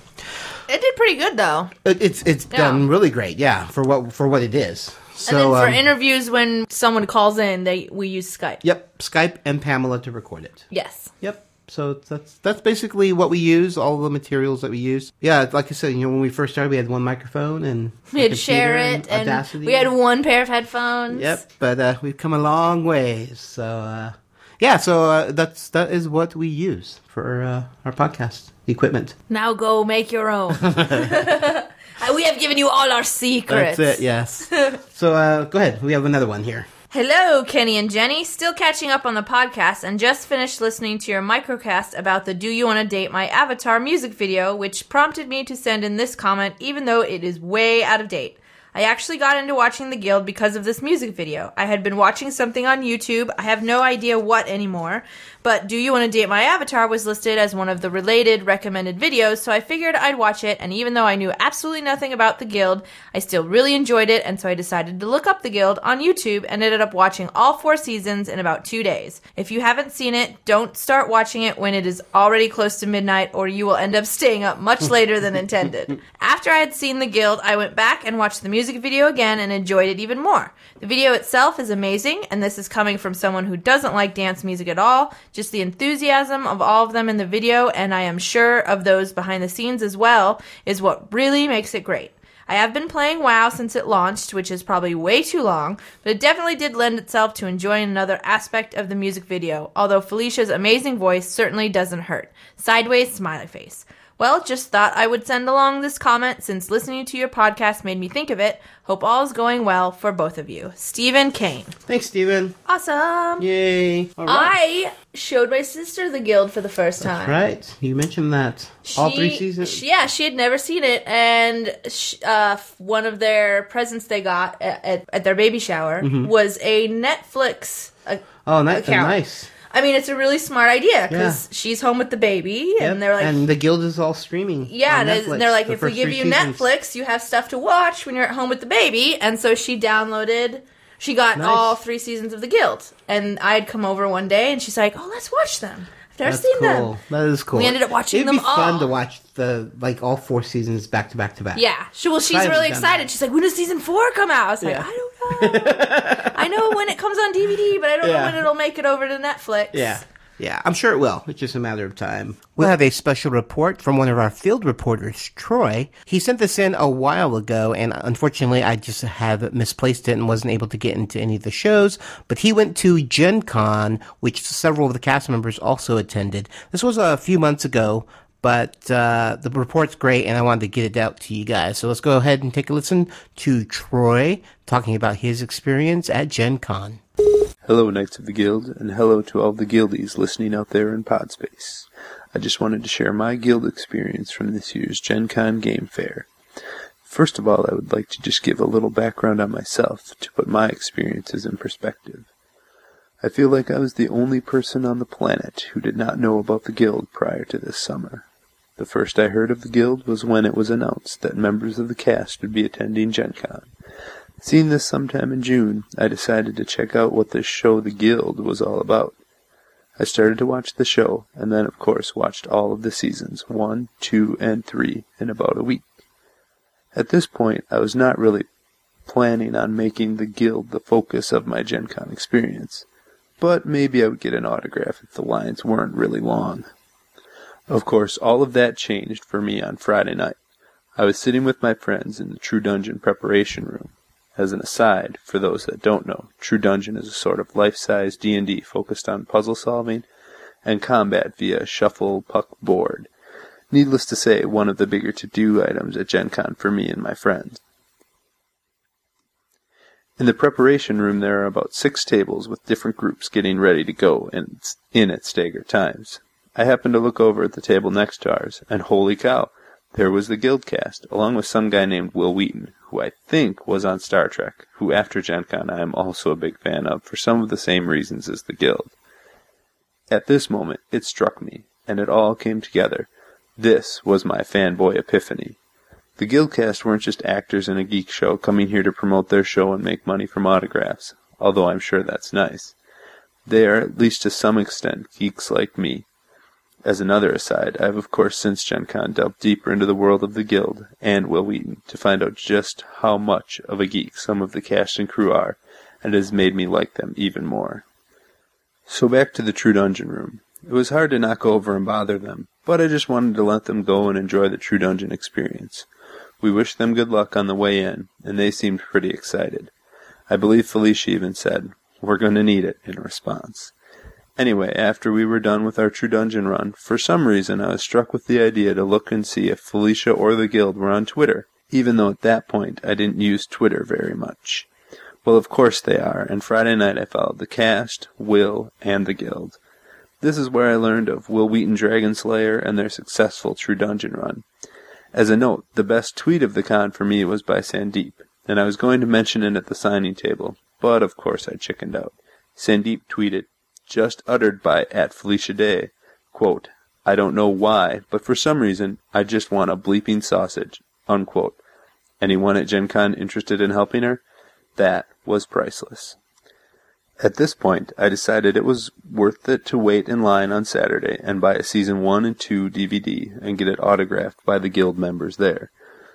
Speaker 7: It did pretty good though.
Speaker 8: it, it's it's
Speaker 7: Yeah.
Speaker 8: done really great. Yeah. For what for what it is.
Speaker 7: and then
Speaker 8: So
Speaker 7: for
Speaker 8: um,
Speaker 7: interviews, when someone calls in, they we use Skype.
Speaker 8: yep, Skype and Pamela to record it.
Speaker 7: Yes.
Speaker 8: Yep. So that's that's basically what we use, all the materials that we use. Yeah, like I said, you know, when we first started, we had one microphone and
Speaker 7: We
Speaker 8: a
Speaker 7: had share
Speaker 8: computer
Speaker 7: it, and
Speaker 8: Audacity.
Speaker 7: we had one pair of headphones.
Speaker 8: Yep, but uh, we've come a long ways. So uh, yeah, so uh, that's that is what we use for uh, our podcast equipment.
Speaker 7: Now go make your own. we have given you all our secrets.
Speaker 8: That's it. Yes. so uh, go ahead. We have another one here.
Speaker 7: Hello, Kenny and Jenny. Still catching up on the podcast and just finished listening to your microcast about the Do You Want to Date My Avatar music video, which prompted me to send in this comment, even though it is way out of date. I actually got into watching The Guild because of this music video. I had been watching something on YouTube, I have no idea what anymore, but Do You Want to Date My Avatar was listed as one of the related recommended videos, so I figured I'd watch it, and even though I knew absolutely nothing about The Guild, I still really enjoyed it, and so I decided to look up The Guild on YouTube and ended up watching all four seasons in about two days. If you haven't seen it, don't start watching it when it is already close to midnight, or you will end up staying up much later than intended. After I had seen The Guild, I went back and watched the music video again and enjoyed it even more. The video itself is amazing, and this is coming from someone who doesn't like dance music at all. Just the enthusiasm of all of them in the video, and I am sure of those behind the scenes as well, is what really makes it great. I have been playing WoW since it launched, which is probably way too long, but it definitely did lend itself to enjoying another aspect of the music video, although Felicia's amazing voice certainly doesn't hurt. Sideways smiley face. Well, just thought I would send along this comment since listening to your podcast made me think of it. Hope all is going well for both of you. Stephen Kane.
Speaker 8: Thanks, Steven.
Speaker 7: Awesome.
Speaker 8: Yay! All
Speaker 7: I showed my sister the guild for the first time.
Speaker 8: Right. You mentioned that all
Speaker 7: Uh, She-
Speaker 8: three seasons.
Speaker 7: she- yeah, she had never seen it, and sh- uh, f- one of their presents they got at, at, at their baby shower
Speaker 8: Mhm.
Speaker 7: was a Netflix. A-
Speaker 8: oh, ni-
Speaker 7: account.
Speaker 8: nice.
Speaker 7: I mean, it's a really smart idea because
Speaker 8: Yeah.
Speaker 7: she's home with the baby, and they're like,
Speaker 8: and the guild is all streaming.
Speaker 7: yeah,
Speaker 8: on
Speaker 7: and they-
Speaker 8: Netflix,
Speaker 7: and they're like,
Speaker 8: the
Speaker 7: if we
Speaker 8: first
Speaker 7: give
Speaker 8: three
Speaker 7: you
Speaker 8: seasons.
Speaker 7: Netflix, you have stuff to watch when you're at home with the baby. And so she downloaded, she got
Speaker 8: Nice.
Speaker 7: all three seasons of The Guild. And I had come over one day, and she's like, oh, let's watch them. I've never
Speaker 8: That's
Speaker 7: seen
Speaker 8: cool.
Speaker 7: them.
Speaker 8: That is cool.
Speaker 7: We ended up watching
Speaker 8: It'd be
Speaker 7: them all.
Speaker 8: fun to watch the like all four seasons back to back to back.
Speaker 7: Yeah. She, well, she's
Speaker 8: Excited
Speaker 7: really
Speaker 8: about that.
Speaker 7: excited. She's like, when does season four come out? I was like,
Speaker 8: Yeah.
Speaker 7: I don't know. I know when it comes on DVD, but I don't know
Speaker 8: Yeah.
Speaker 7: when it'll make it over to Netflix.
Speaker 8: Yeah. Yeah, I'm sure it will. It's just a matter of time. We'll have a special report from one of our field reporters, Troy. He sent this in a while ago, and unfortunately, I just have misplaced it and wasn't able to get into any of the shows. But he went to Gen Con, which several of the cast members also attended. This was a few months ago, but uh, the report's great, and I wanted to get it out to you guys. So let's go ahead and take a listen to Troy talking about his experience at Gen Con.
Speaker 9: Hello, Knights of the Guild, and hello to all the guildies listening out there in Podspace. I just wanted to share my guild experience from this year's Gen Con Game Fair. First of all, I would like to just give a little background on myself to put my experiences in perspective. I feel like I was the only person on the planet who did not know about the Guild prior to this summer. The first I heard of the Guild was when it was announced that members of the cast would be attending Gen Con. Seeing this sometime in June, I decided to check out what this show The Guild was all about. I started to watch the show, and then, of course, watched all of the seasons 1, 2, and 3 in about a week. At this point, I was not really planning on making the Guild the focus of my Gen Con experience, but maybe I would get an autograph if the lines weren't really long. Of course, all of that changed for me on Friday night. I was sitting with my friends in the True Dungeon preparation room. As an aside, for those that don't know, True Dungeon is a sort of life-size D&D focused on puzzle solving and combat via shuffle puck board. Needless to say, one of the bigger to-do items at Gen Con for me and my friends. In the preparation room, there are about six tables with different groups getting ready to go and in at staggered times. I happened to look over at the table next to ours, and holy cow, there was the guild cast, along with some guy named Will Wheaton, who I think was on Star Trek, who after Gen Con I am also a big fan of for some of the same reasons as the guild. At this moment, it struck me, and it all came together. This was my fanboy epiphany. The Guildcast weren't just actors in a geek show coming here to promote their show and make money from autographs, although I'm sure that's nice. They are, at least to some extent, geeks like me. As another aside, I have of course since Gen Con delved deeper into the world of the Guild and Will Wheaton to find out just how much of a geek some of the cast and crew are, and it has made me like them even more. So back to the true dungeon room. It was hard to not go over and bother them, but I just wanted to let them go and enjoy the true dungeon experience. We wished them good luck on the way in, and they seemed pretty excited. I believe Felicia even said, We're going to need it, in response. Anyway, after we were done with our true dungeon run, for some reason I was struck with the idea to look and see if Felicia or the guild were on Twitter, even though at that point I didn't use Twitter very much. Well, of course they are, and Friday night I followed the cast, Will, and the guild. This is where I learned of Will Wheaton Dragon Slayer and their successful True Dungeon run. As a note, the best tweet of the con for me was by Sandeep, and I was going to mention it at the signing table, but of course I chickened out. Sandeep tweeted, just uttered by at Felicia Day, quote, I don't know why, but for some reason I just want a bleeping sausage, unquote. Anyone at Gen Con interested in helping her? That was priceless. At this point, I decided it was worth it to wait in line on Saturday and buy a season 1 and 2 DVD and get it autographed by the guild members there.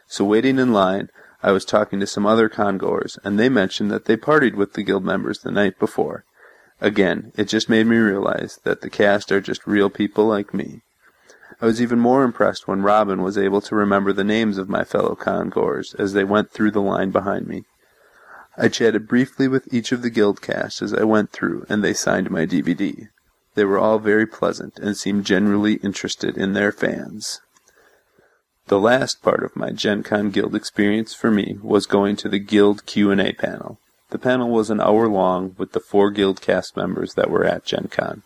Speaker 9: So waiting in line, I was talking to some other congoers and they mentioned that they partied with the guild members the night before. Again, it just made me realize that the cast are just real people like me. I was even more impressed when Robin was able to remember the names of my fellow congoers as they went through the line behind me. I chatted briefly with each of the guild cast as I went through, and they signed my DVD. They were all very pleasant and seemed generally interested in their fans. The last part of my Gen Con Guild experience for me was going to the Guild Q&A panel. The panel was an hour long with the four Guild cast members that were at Gen Con.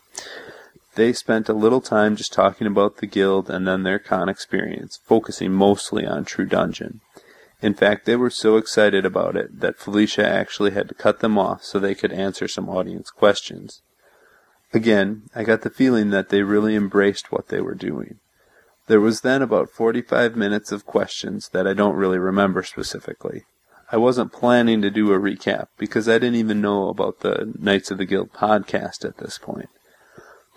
Speaker 9: They spent a little time just talking about the Guild and then their con experience, focusing mostly on True Dungeon. In fact, they were so excited about it that Felicia actually had to cut them off so they could answer some audience questions. Again, I got the feeling that they really embraced what they were doing. There was then about 45 minutes of questions that I don't really remember specifically. I wasn't planning to do a recap because I didn't even know about the Knights of the Guild podcast at this point.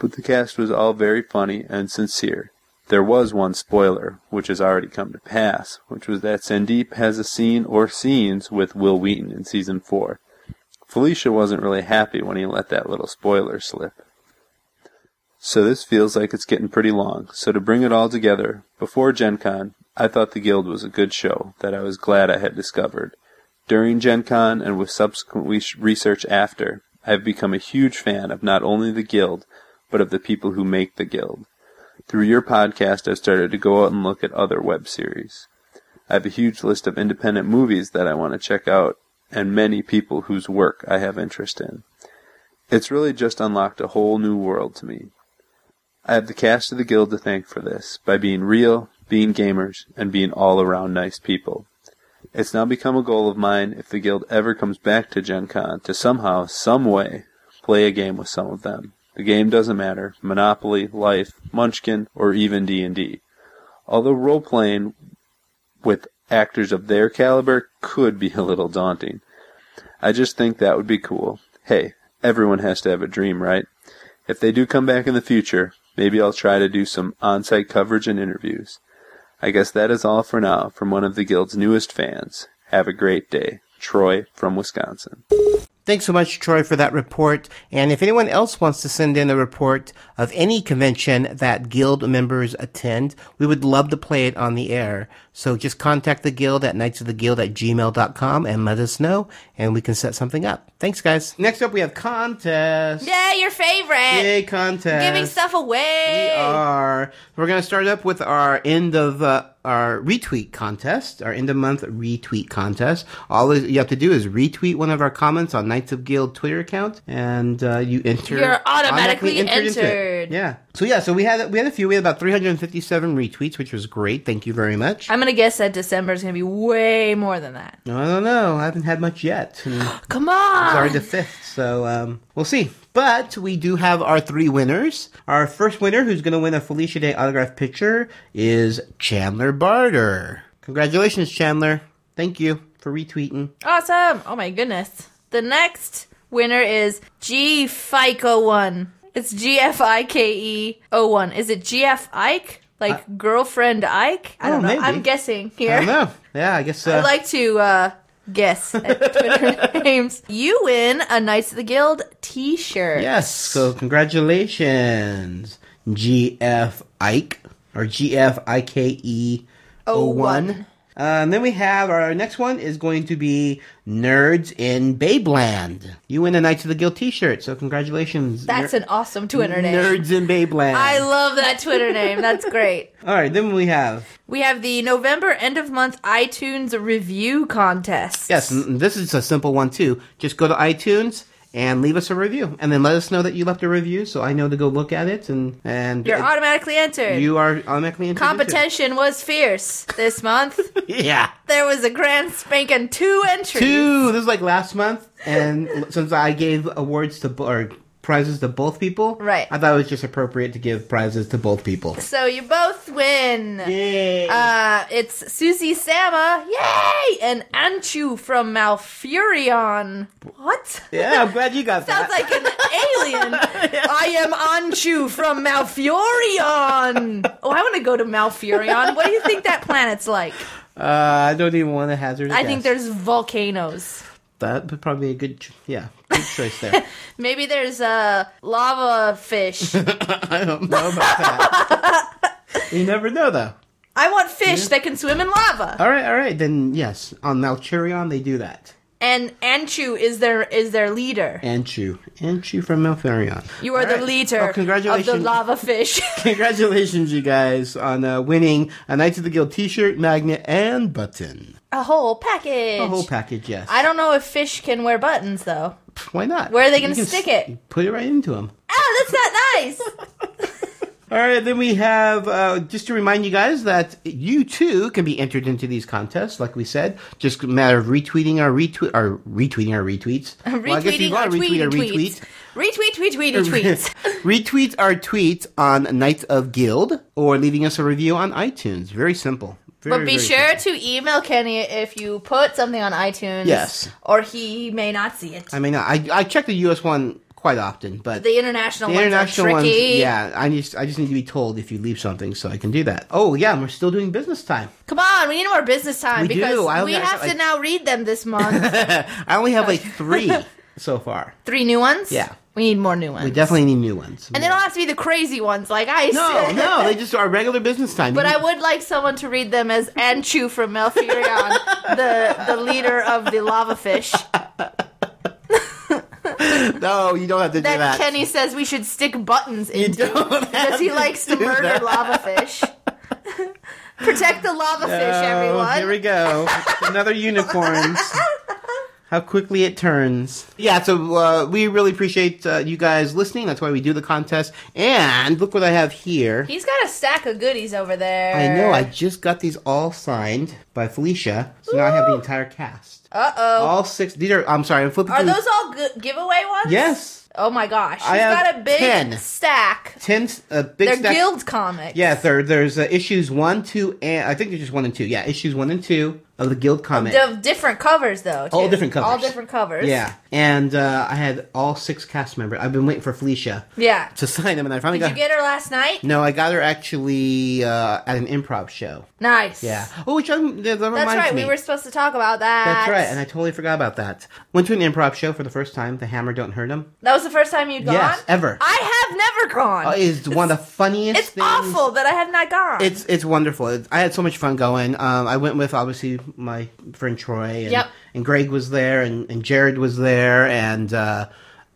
Speaker 9: But the cast was all very funny and sincere, there was one spoiler, which has already come to pass, which was that Sandeep has a scene or scenes with Will Wheaton in season 4. Felicia wasn't really happy when he let that little spoiler slip. So this feels like it's getting pretty long, so to bring it all together, before Gen Con, I thought The Guild was a good show that I was glad I had discovered. During Gen Con and with subsequent we- research after, I have become a huge fan of not only The Guild, but of the people who make The Guild. Through your podcast, I've started to go out and look at other web series. I have a huge list of independent movies that I want to check out, and many people whose work I have interest in. It's really just unlocked a whole new world to me. I have the cast of the Guild to thank for this, by being real, being gamers, and being all around nice people. It's now become a goal of mine, if the Guild ever comes back to Gen Con, to somehow, some way, play a game with some of them. The game doesn't matter. Monopoly, Life, Munchkin, or even D&D. Although role-playing with actors of their caliber could be a little daunting. I just think that would be cool. Hey, everyone has to have a dream, right? If they do come back in the future, maybe I'll try to do some on-site coverage and interviews. I guess that is all for now from one of the Guild's newest fans. Have a great day. Troy from Wisconsin.
Speaker 8: Thanks so much, Troy, for that report. And if anyone else wants to send in a report of any convention that guild members attend, we would love to play it on the air. So just contact the guild at knightsoftheguild at gmail.com and let us know, and we can set something up. Thanks, guys. Next up, we have contest.
Speaker 7: Yeah, your favorite.
Speaker 8: Yay, contest.
Speaker 7: Giving stuff away.
Speaker 8: are. We're going to start up with our end of uh, our retweet contest, our end of month retweet contest. All you have to do is retweet one of our comments on Knights of Guild Twitter account, and uh, you enter.
Speaker 7: You're automatically
Speaker 8: into it.
Speaker 7: entered.
Speaker 8: Yeah. So yeah, so we had we had a few. We had about 357 retweets, which was great. Thank you very much.
Speaker 7: I'm gonna guess that December is gonna be way more than that.
Speaker 8: I don't know. I haven't had much yet.
Speaker 7: Come on.
Speaker 8: It's already the fifth, so um, we'll see. But we do have our three winners. Our first winner, who's going to win a Felicia Day autographed picture, is Chandler Barter. Congratulations, Chandler. Thank you for retweeting.
Speaker 7: Awesome. Oh my goodness. The next winner is G Fico one. It's G F I K E O one. Is it G F Ike? Like girlfriend Ike? I don't
Speaker 8: Oh,
Speaker 7: know.
Speaker 8: maybe.
Speaker 7: I'm guessing
Speaker 8: I
Speaker 7: here.
Speaker 8: don't know. Yeah, I guess. Uh,
Speaker 7: I like to uh, guess at Twitter names. You win a Knights of the Guild T-shirt.
Speaker 8: Yes. So congratulations, GF Ike or GF IKE
Speaker 7: one.
Speaker 8: E Uh, and then we have our next one is going to be Nerds in Babeland. You win a Knights of the Guild T-shirt, so congratulations.
Speaker 7: That's
Speaker 8: ner-
Speaker 7: an awesome Twitter name.
Speaker 8: Nerds in Babeland.
Speaker 7: I love that Twitter name. That's great.
Speaker 8: All right, then we have
Speaker 7: We have the November end of month iTunes review contest.
Speaker 8: yes. and This is a simple one too. Just go to iTunes and leave us a review, and then let us know that you left a review, so I know to go look at it and and
Speaker 7: You're
Speaker 8: it-
Speaker 7: automatically entered.
Speaker 8: you are automatically entered into it.
Speaker 7: Competition was fierce this month.
Speaker 8: Yeah.
Speaker 7: there was a grand spanking two entries.
Speaker 8: Two. This is like last month, and l- since I gave awards to bo- or prizes to both people,
Speaker 7: Right.
Speaker 8: I thought it was just appropriate to give prizes to both people.
Speaker 7: So you both win. Yay. Uh, it's Susie Sama, yay, and Anchu from Malfurion. What?
Speaker 8: Yeah, I'm glad you got
Speaker 7: Sounds like an alien. I am Anchu from Malfurion. Oh, I want to go to Malfurion. What do you think that planet's like?
Speaker 8: Uh, I don't even want to hazard. a
Speaker 7: I think
Speaker 8: guess.
Speaker 7: there's volcanoes.
Speaker 8: that would probably be a good, ch- yeah, good choice there.
Speaker 7: Maybe there's uh, lava fish.
Speaker 8: I don't know about that. you never know, though.
Speaker 7: I want fish that can swim in lava.
Speaker 8: All right, all right. Then yes, on Malchurion they do that.
Speaker 7: And Anchu is their is their leader.
Speaker 8: Anchu, Anchu from Malfurion.
Speaker 7: You are the leader
Speaker 8: Oh, congratulations.
Speaker 7: of the lava fish.
Speaker 8: Congratulations, you guys, on uh, winning a Knights of the Guild T-shirt, magnet, and button.
Speaker 7: A whole package.
Speaker 8: A whole package, yes.
Speaker 7: I don't know if fish can wear buttons though.
Speaker 8: Why not?
Speaker 7: Where are they
Speaker 8: You
Speaker 7: going to
Speaker 8: can
Speaker 7: stick
Speaker 8: s-
Speaker 7: it?
Speaker 8: Put it right into them.
Speaker 7: Oh, that's not nice.
Speaker 8: All right, then we have uh, just to remind you guys that you too can be entered into these contests. Like we said, just a matter of retweeting our retweet, or retweeting our retweets. Well, I guess
Speaker 7: Retweeting
Speaker 8: you are
Speaker 7: or
Speaker 8: retweet
Speaker 7: tweeting
Speaker 8: or
Speaker 7: tweets.
Speaker 8: retweet.
Speaker 7: Retweet, tweet, tweety, tweets.
Speaker 8: retweet our tweets on Knights of Guild or leaving us a review on iTunes. Very simple. Very,
Speaker 7: But be
Speaker 8: very
Speaker 7: sure to email Kenny if you put something on iTunes.
Speaker 8: Yes.
Speaker 7: Or he may not see it.
Speaker 8: I mean, I I check the U.S. one quite often, but
Speaker 7: The international, ones are
Speaker 8: ones,
Speaker 7: tricky.
Speaker 8: yeah. I just I just need to be told if you leave something so I can do that. Oh yeah, and we're still doing business time.
Speaker 7: Come on, we need more business time
Speaker 8: We
Speaker 7: because
Speaker 8: do. I only-
Speaker 7: we
Speaker 8: I-
Speaker 7: have
Speaker 8: I-
Speaker 7: to now read them this month.
Speaker 8: I only have like three so far.
Speaker 7: Three new ones?
Speaker 8: Yeah.
Speaker 7: We need more new ones.
Speaker 8: We definitely need new ones.
Speaker 7: and they don't have to be the crazy ones like I
Speaker 8: No,
Speaker 7: said.
Speaker 8: no, they just are regular business time.
Speaker 7: But
Speaker 8: You-
Speaker 7: I would like someone to read them as Anchu from Melfurion, the the leader of the lava fish.
Speaker 8: no, you don't have to do
Speaker 7: That,
Speaker 8: that.
Speaker 7: Kenny says we should stick buttons into because he likes to
Speaker 8: do
Speaker 7: murder
Speaker 8: that.
Speaker 7: lava fish. Protect the lava
Speaker 8: No,
Speaker 7: fish, everyone.
Speaker 8: Oh, Here we go. Another unicorns. How quickly it turns. Yeah, so uh, we really appreciate uh, you guys listening. That's why we do the contest. And look what I have here.
Speaker 7: He's got a stack of goodies over there.
Speaker 8: I know, I just got these all signed by Felicia. So now I have the entire cast.
Speaker 7: Uh oh.
Speaker 8: All six. These are, I'm sorry, I'm flipping
Speaker 7: Are
Speaker 8: through
Speaker 7: those all good giveaway ones?
Speaker 8: Yes.
Speaker 7: Oh my gosh,
Speaker 8: I
Speaker 7: he's
Speaker 8: have
Speaker 7: got a big
Speaker 8: 10.
Speaker 7: stack.
Speaker 8: 10, a uh, big
Speaker 7: They're
Speaker 8: stack.
Speaker 7: guild comics.
Speaker 8: Yeah, there, there's uh, issues one, two, and I think there's just one and two. Yeah, issues one and two of the Guild comic.
Speaker 7: Of different covers though.
Speaker 8: All
Speaker 7: too.
Speaker 8: different covers.
Speaker 7: All different covers.
Speaker 8: Yeah, and uh, I had all six cast members. I've been waiting for Felicia
Speaker 7: Yeah.
Speaker 8: to sign them, and I finally
Speaker 7: Did
Speaker 8: got.
Speaker 7: you get her last night?
Speaker 8: no, I got her actually uh, at an improv show.
Speaker 7: Nice.
Speaker 8: Yeah. Oh, which I'm, that that
Speaker 7: That's
Speaker 8: reminds
Speaker 7: right.
Speaker 8: me.
Speaker 7: We were supposed to talk about that.
Speaker 8: That's right, and I totally forgot about that. Went to an improv show for the first time. The Hammer Don't Hurt Him.
Speaker 7: that was the first time you'd gone.
Speaker 8: Yes, ever.
Speaker 7: I have never gone.
Speaker 8: Uh, it's one of the funniest
Speaker 7: it's awful that I have not gone.
Speaker 8: It's it's wonderful. It's, I had so much fun going. Um, I went with obviously my friend Troy, and,
Speaker 7: Yep.
Speaker 8: and Greg was there, and, and Jared was there, and uh,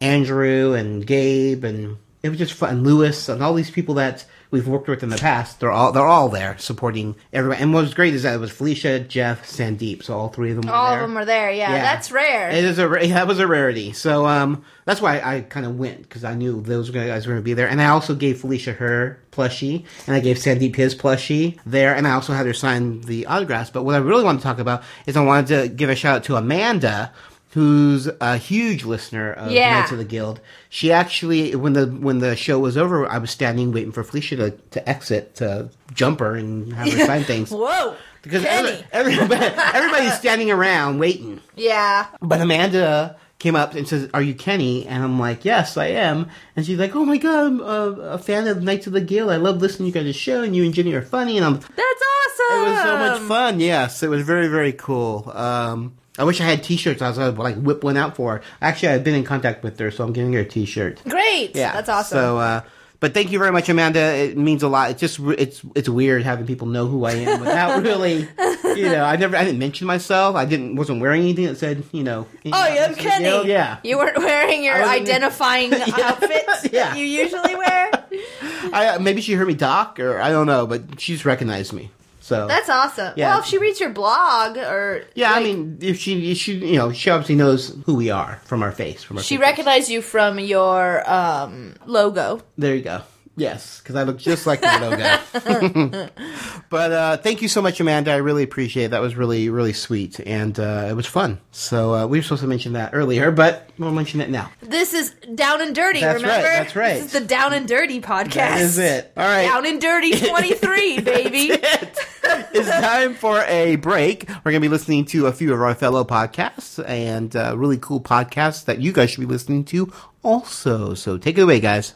Speaker 8: Andrew and Gabe, and it was just fun. And Lewis and all these people that we've worked with in the past. They're all they're all there supporting everyone. And what was great is that it was Felicia, Jeff, Sandeep. So all three of them. Were
Speaker 7: all
Speaker 8: there.
Speaker 7: of them are there. Yeah,
Speaker 8: Yeah.
Speaker 7: that's rare.
Speaker 8: It is a ra- that was a rarity, so um, that's why I kind of went because I knew those guys were going to be there, and I also gave Felicia her plushie, and I gave Sandeep his plushie there, and I also had her sign the autographs. But what I really want to talk about is I wanted to give a shout out to Amanda, who's a huge listener of
Speaker 7: Yeah.
Speaker 8: Knights of the Guild. She actually, when the when the show was over, I was standing waiting for Felicia to, to exit to jump her and have her sign things
Speaker 7: Whoa.
Speaker 8: because every, everybody, everybody's standing around waiting.
Speaker 7: Yeah.
Speaker 8: But Amanda came up and says, "Are you Kenny?" And I'm like, "Yes, I am." And she's like, "Oh my god, I'm a, a fan of Knights of the Guild. I love listening to you guys' show, and you and Jenny are funny." And I'm,
Speaker 7: That's awesome.
Speaker 8: it was so much fun. Yes, it was very very cool. Um, I wish I had T-shirts. I was gonna like whip one out for her. Actually, I've been in contact with her, so I'm getting her a T-shirt.
Speaker 7: Great.
Speaker 8: Yeah,
Speaker 7: That's awesome.
Speaker 8: So, uh, but thank you very much, Amanda. It means a lot. It's just re- it's it's weird having people know who I am without really, you know. I never I didn't mention myself. I didn't wasn't wearing anything that said you know.
Speaker 7: Oh, you have
Speaker 8: the guild,
Speaker 7: Kenny.
Speaker 8: yeah.
Speaker 7: You weren't wearing your identifying outfit that you usually wear.
Speaker 8: I, uh, maybe she heard me talk, or I don't know, but she's recognized me. So
Speaker 7: That's awesome.
Speaker 8: Yeah.
Speaker 7: Well, if she reads your blog or
Speaker 8: yeah. I mean, if she if she you know she obviously knows who we are from our face from our
Speaker 7: she
Speaker 8: face.
Speaker 7: recognized you from your um, logo.
Speaker 8: There you go. Yes, because I look just like my logo. but uh, thank you so much, Amanda. I really appreciate it. That was really, really sweet. And uh, it was fun. So uh, we were supposed to mention that earlier, but we'll mention it now.
Speaker 7: This is down and dirty.
Speaker 8: That's right,
Speaker 7: remember?
Speaker 8: that's right.
Speaker 7: This is the down and dirty podcast.
Speaker 8: That is it. All right.
Speaker 7: Down and dirty twenty three, baby.
Speaker 8: it's time for a break. We're going to be listening to a few of our fellow podcasts and uh, really cool podcasts that you guys should be listening to also. So take it away, guys.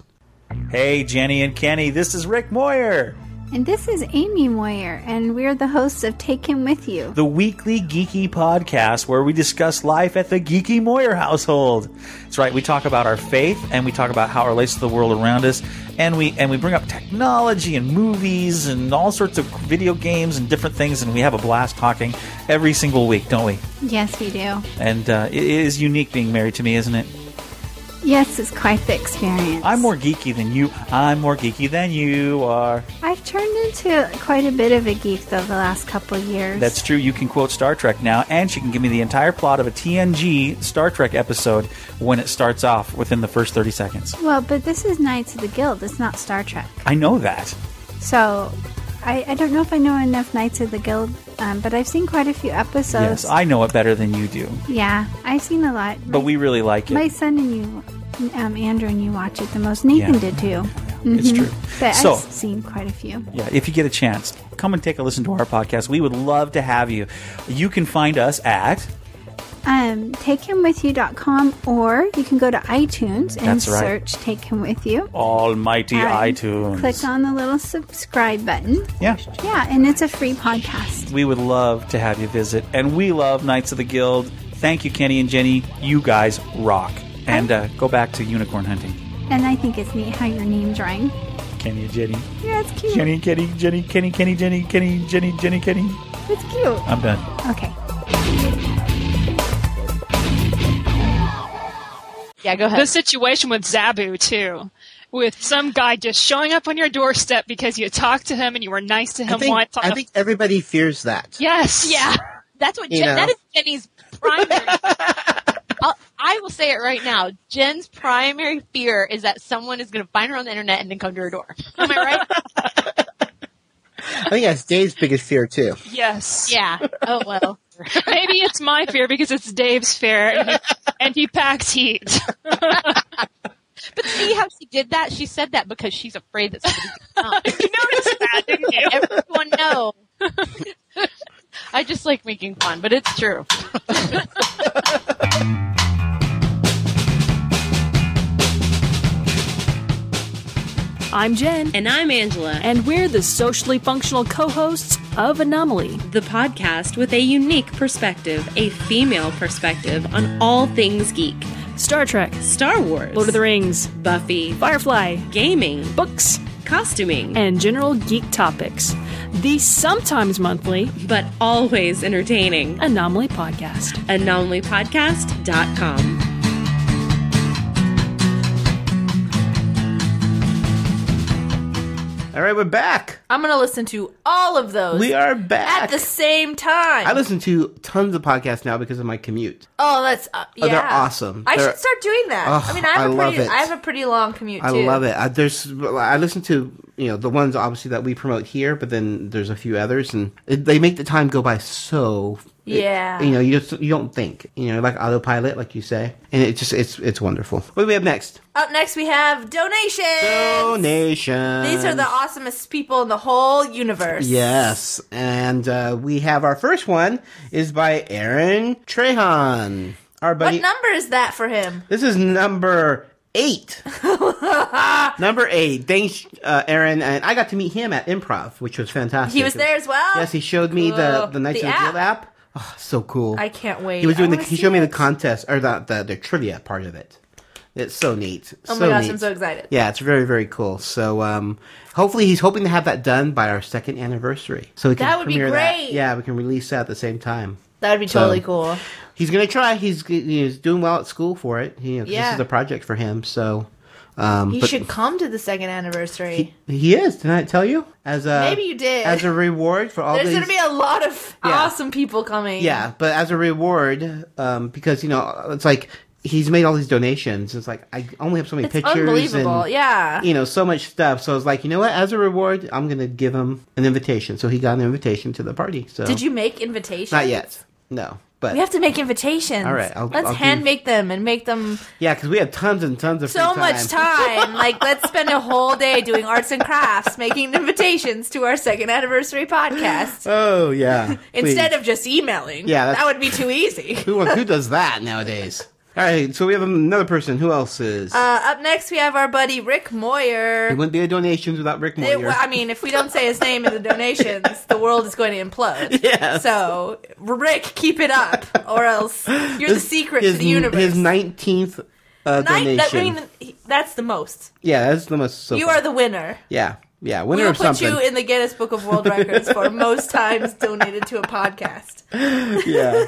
Speaker 11: Hey, Jenny and Kenny, this is Rick Moyer,
Speaker 13: And this is Amy Moyer, and we're the hosts of Take Him With You.
Speaker 11: the weekly geeky podcast where we discuss life at the geeky Moyer household. That's right, we talk about our faith and we talk about how it relates to the world around us, and we and we bring up technology and movies and all sorts of video games and different things, and we have a blast talking every single week, don't we?
Speaker 13: Yes, we do.
Speaker 11: And uh, it is unique being married to me, isn't it?
Speaker 13: Yes, it's quite the experience.
Speaker 11: I'm more geeky than you. I'm more geeky than you are.
Speaker 13: I've turned into quite a bit of a geek, though, the last couple years.
Speaker 11: That's true. You can quote Star Trek now, and she can give me the entire plot of a TNG Star Trek episode when it starts off within the first 30 seconds.
Speaker 13: Well, but this is Knights of the Guild, it's not Star Trek.
Speaker 11: I know that.
Speaker 13: So, I, I don't know if I know enough Knights of the Guild, um, but I've seen quite a few episodes.
Speaker 11: yes, I know it better than you do.
Speaker 13: yeah, I've seen a lot.
Speaker 11: But we really like it.
Speaker 13: My son and you, um, Andrew and you watch it the most. Nathan
Speaker 11: Yeah.
Speaker 13: did too.
Speaker 11: It's
Speaker 13: Mhm.
Speaker 11: true.
Speaker 13: But
Speaker 11: So-
Speaker 13: I've seen quite a few.
Speaker 11: Yeah, if you get a chance, come and take a listen to our podcast. We would love to have you. You can find us at
Speaker 13: um, takehimwithyou.com or you can go to iTunes and
Speaker 11: That's right.
Speaker 13: search Take Him With You.
Speaker 11: Almighty
Speaker 13: And
Speaker 11: iTunes.
Speaker 13: Click on the little subscribe button.
Speaker 11: Yeah.
Speaker 13: Yeah, and it's a free podcast.
Speaker 11: We would love to have you visit, and we love Knights of the Guild. Thank you, Kenny and Jenny. You guys rock. And uh, go back to unicorn hunting.
Speaker 13: And I think it's neat how your name's rhyme.
Speaker 11: Kenny and Jenny.
Speaker 13: Yeah, it's cute.
Speaker 11: Kenny, Kenny, Jenny, Kenny, Kenny, Jenny, Kenny, Jenny, Jenny, Kenny.
Speaker 13: It's cute.
Speaker 11: I'm done.
Speaker 13: Okay.
Speaker 14: Yeah, go ahead. The situation with Zabu too, with some guy just showing up on your doorstep because you talked to him and you were nice to him
Speaker 8: I think,
Speaker 14: once. On
Speaker 8: I
Speaker 14: the-
Speaker 8: think everybody fears that.
Speaker 14: yes,
Speaker 15: Yeah, that's what
Speaker 8: You
Speaker 15: Jen,
Speaker 8: know.
Speaker 15: that is Jenny's primary. I'll, I will say it right now. Jen's primary fear is that someone is going to find her on the internet and then come to her door. Am I right?
Speaker 8: I think that's Dave's biggest fear, too.
Speaker 14: yes.
Speaker 15: Yeah. Oh well.
Speaker 14: Maybe it's my fear because it's Dave's fear, and he, and he packs heat.
Speaker 15: But see how she did that? She said that because she's afraid that somebody's going to come. you noticed that, didn't you? Everyone know. I just like making fun, but it's true.
Speaker 10: I'm Jen. And I'm Angela. And we're the socially functional co hosts of Anomaly, the podcast with a unique perspective, a female perspective on all things geek Star Trek, Star Wars, Lord of the Rings, Buffy, Firefly, gaming, books, costuming, and general geek topics. The sometimes monthly, but always entertaining Anomaly Podcast. AnomalyPodcast.com.
Speaker 8: All right, we're back.
Speaker 7: I'm gonna listen to all of those.
Speaker 8: We are back.
Speaker 7: at the same time.
Speaker 8: I listen to tons of podcasts now because of my commute.
Speaker 7: Oh, that's uh, yeah.
Speaker 8: Oh, they're awesome.
Speaker 7: I
Speaker 8: They're-
Speaker 7: should start doing that.
Speaker 8: Ugh,
Speaker 7: I mean, I have
Speaker 8: I
Speaker 7: a
Speaker 8: love
Speaker 7: pretty,
Speaker 8: it.
Speaker 7: I have a pretty long commute.
Speaker 8: I
Speaker 7: too.
Speaker 8: love it. I, there's I listen to you know the ones obviously that we promote here, but then there's a few others, and it, they make the time go by so. it-
Speaker 7: Yeah.
Speaker 8: you know, you just you don't think. You know, like autopilot, like you say, and it just it's it's wonderful. What do we have next?
Speaker 7: Up next, we have donations.
Speaker 8: Donation.
Speaker 7: These are the awesomest people in the whole universe.
Speaker 8: Yes, and uh, we have our first one is by Aaron Trehan. Our buddy.
Speaker 7: What number is that for him?
Speaker 8: This is number eight. number eight. Thanks, uh, Aaron. And I got to meet him at improv, which was fantastic.
Speaker 7: He was there as well.
Speaker 8: Yes, he showed me the
Speaker 7: Cool.
Speaker 8: the Knights
Speaker 7: The
Speaker 8: of the
Speaker 7: app.
Speaker 8: Guild app. Oh, so cool.
Speaker 7: I can't wait.
Speaker 8: He was doing
Speaker 7: I
Speaker 8: the.
Speaker 7: wanna
Speaker 8: He
Speaker 7: see
Speaker 8: showed me the
Speaker 7: it.
Speaker 8: contest or the the, the trivia part of it. It's so neat.
Speaker 7: Oh my
Speaker 8: so
Speaker 7: gosh,
Speaker 8: neat.
Speaker 7: I'm so excited.
Speaker 8: Yeah, it's very very cool. So um, hopefully he's hoping to have that done by our second anniversary, so we can
Speaker 7: That would be
Speaker 8: premiere that.
Speaker 7: great.
Speaker 8: Yeah, we can release that at the same time.
Speaker 7: That would be
Speaker 8: So-
Speaker 7: totally cool.
Speaker 8: He's gonna try. He's he's doing well at school for it. He, you know, 'cause
Speaker 7: Yeah.
Speaker 8: This is a project for him. So, um,
Speaker 7: He
Speaker 8: but
Speaker 7: should come to the second anniversary.
Speaker 8: He is. Did I tell you? As a
Speaker 7: Maybe you did.
Speaker 8: As a reward for all
Speaker 7: There's
Speaker 8: these.
Speaker 7: going to be a lot of
Speaker 8: Yeah.
Speaker 7: awesome people coming.
Speaker 8: yeah, but as a reward, um, because you know, it's like he's made all these donations. It's like I only have so many
Speaker 7: It's
Speaker 8: pictures. and,
Speaker 7: unbelievable. Yeah.
Speaker 8: You know, so much stuff. So I was like, you know what? As a reward, I'm gonna give him an invitation. So he got an invitation to the party. So
Speaker 7: Did you make invitations?
Speaker 8: Not yet. No. But
Speaker 7: we have to make invitations.
Speaker 8: All right, I'll-
Speaker 7: let's
Speaker 8: I'll do-
Speaker 7: hand make them and make them
Speaker 8: yeah, because we have tons and tons of
Speaker 7: so
Speaker 8: free
Speaker 7: much time. like let's spend a whole day doing arts and crafts, making invitations to our second anniversary podcast
Speaker 8: Oh yeah.
Speaker 7: instead
Speaker 8: Please.
Speaker 7: of just emailing.
Speaker 8: Yeah, that's-
Speaker 7: that would be too easy.
Speaker 8: who who does that nowadays? All right, so we have another person. Who else is?
Speaker 7: Uh, up next, we have our buddy Rick Moyer.
Speaker 8: it wouldn't be a donations without Rick
Speaker 7: It-
Speaker 8: Moyer.
Speaker 7: well, I mean, if we don't say his name in the donations, the world is going to implode.
Speaker 8: Yes.
Speaker 7: So, Rick, keep it up, or else you're the secret to
Speaker 8: his,
Speaker 7: the universe.
Speaker 8: His nineteenth uh,
Speaker 7: Nine-
Speaker 8: donation.
Speaker 7: that- I mean, he- that's the most.
Speaker 8: yeah, that's the most. So
Speaker 7: you
Speaker 8: far.
Speaker 7: are the winner.
Speaker 8: Yeah, yeah,
Speaker 7: We
Speaker 8: winner
Speaker 7: will
Speaker 8: of
Speaker 7: put
Speaker 8: something.
Speaker 7: you in the Guinness Book of World Records for most times donated to a podcast.
Speaker 8: yeah.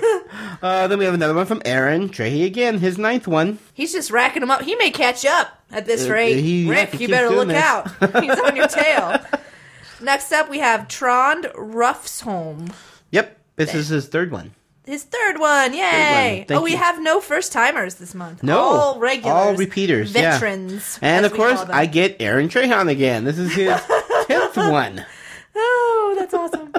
Speaker 8: Uh, then we have another one from Aaron Trehe again. His ninth one.
Speaker 7: He's just racking them up. He may catch up at this
Speaker 8: Uh,
Speaker 7: rate.
Speaker 8: he- yeah,
Speaker 7: Rick,
Speaker 8: if he
Speaker 7: you
Speaker 8: keeps
Speaker 7: better
Speaker 8: doing
Speaker 7: look
Speaker 8: this.
Speaker 7: out. He's on your tail. Next up, we have Trond Ruffsholm.
Speaker 8: Yep, this is his third one.
Speaker 7: His third one, yay!
Speaker 8: Thank
Speaker 7: oh, we
Speaker 8: you.
Speaker 7: have no first timers this month.
Speaker 8: No,
Speaker 7: all regulars,
Speaker 8: all repeaters, yeah.
Speaker 7: veterans,
Speaker 8: And
Speaker 7: as
Speaker 8: of
Speaker 7: we call
Speaker 8: course,
Speaker 7: them.
Speaker 8: I get Aaron Trehan again. This is his tenth one.
Speaker 7: Oh, that's awesome.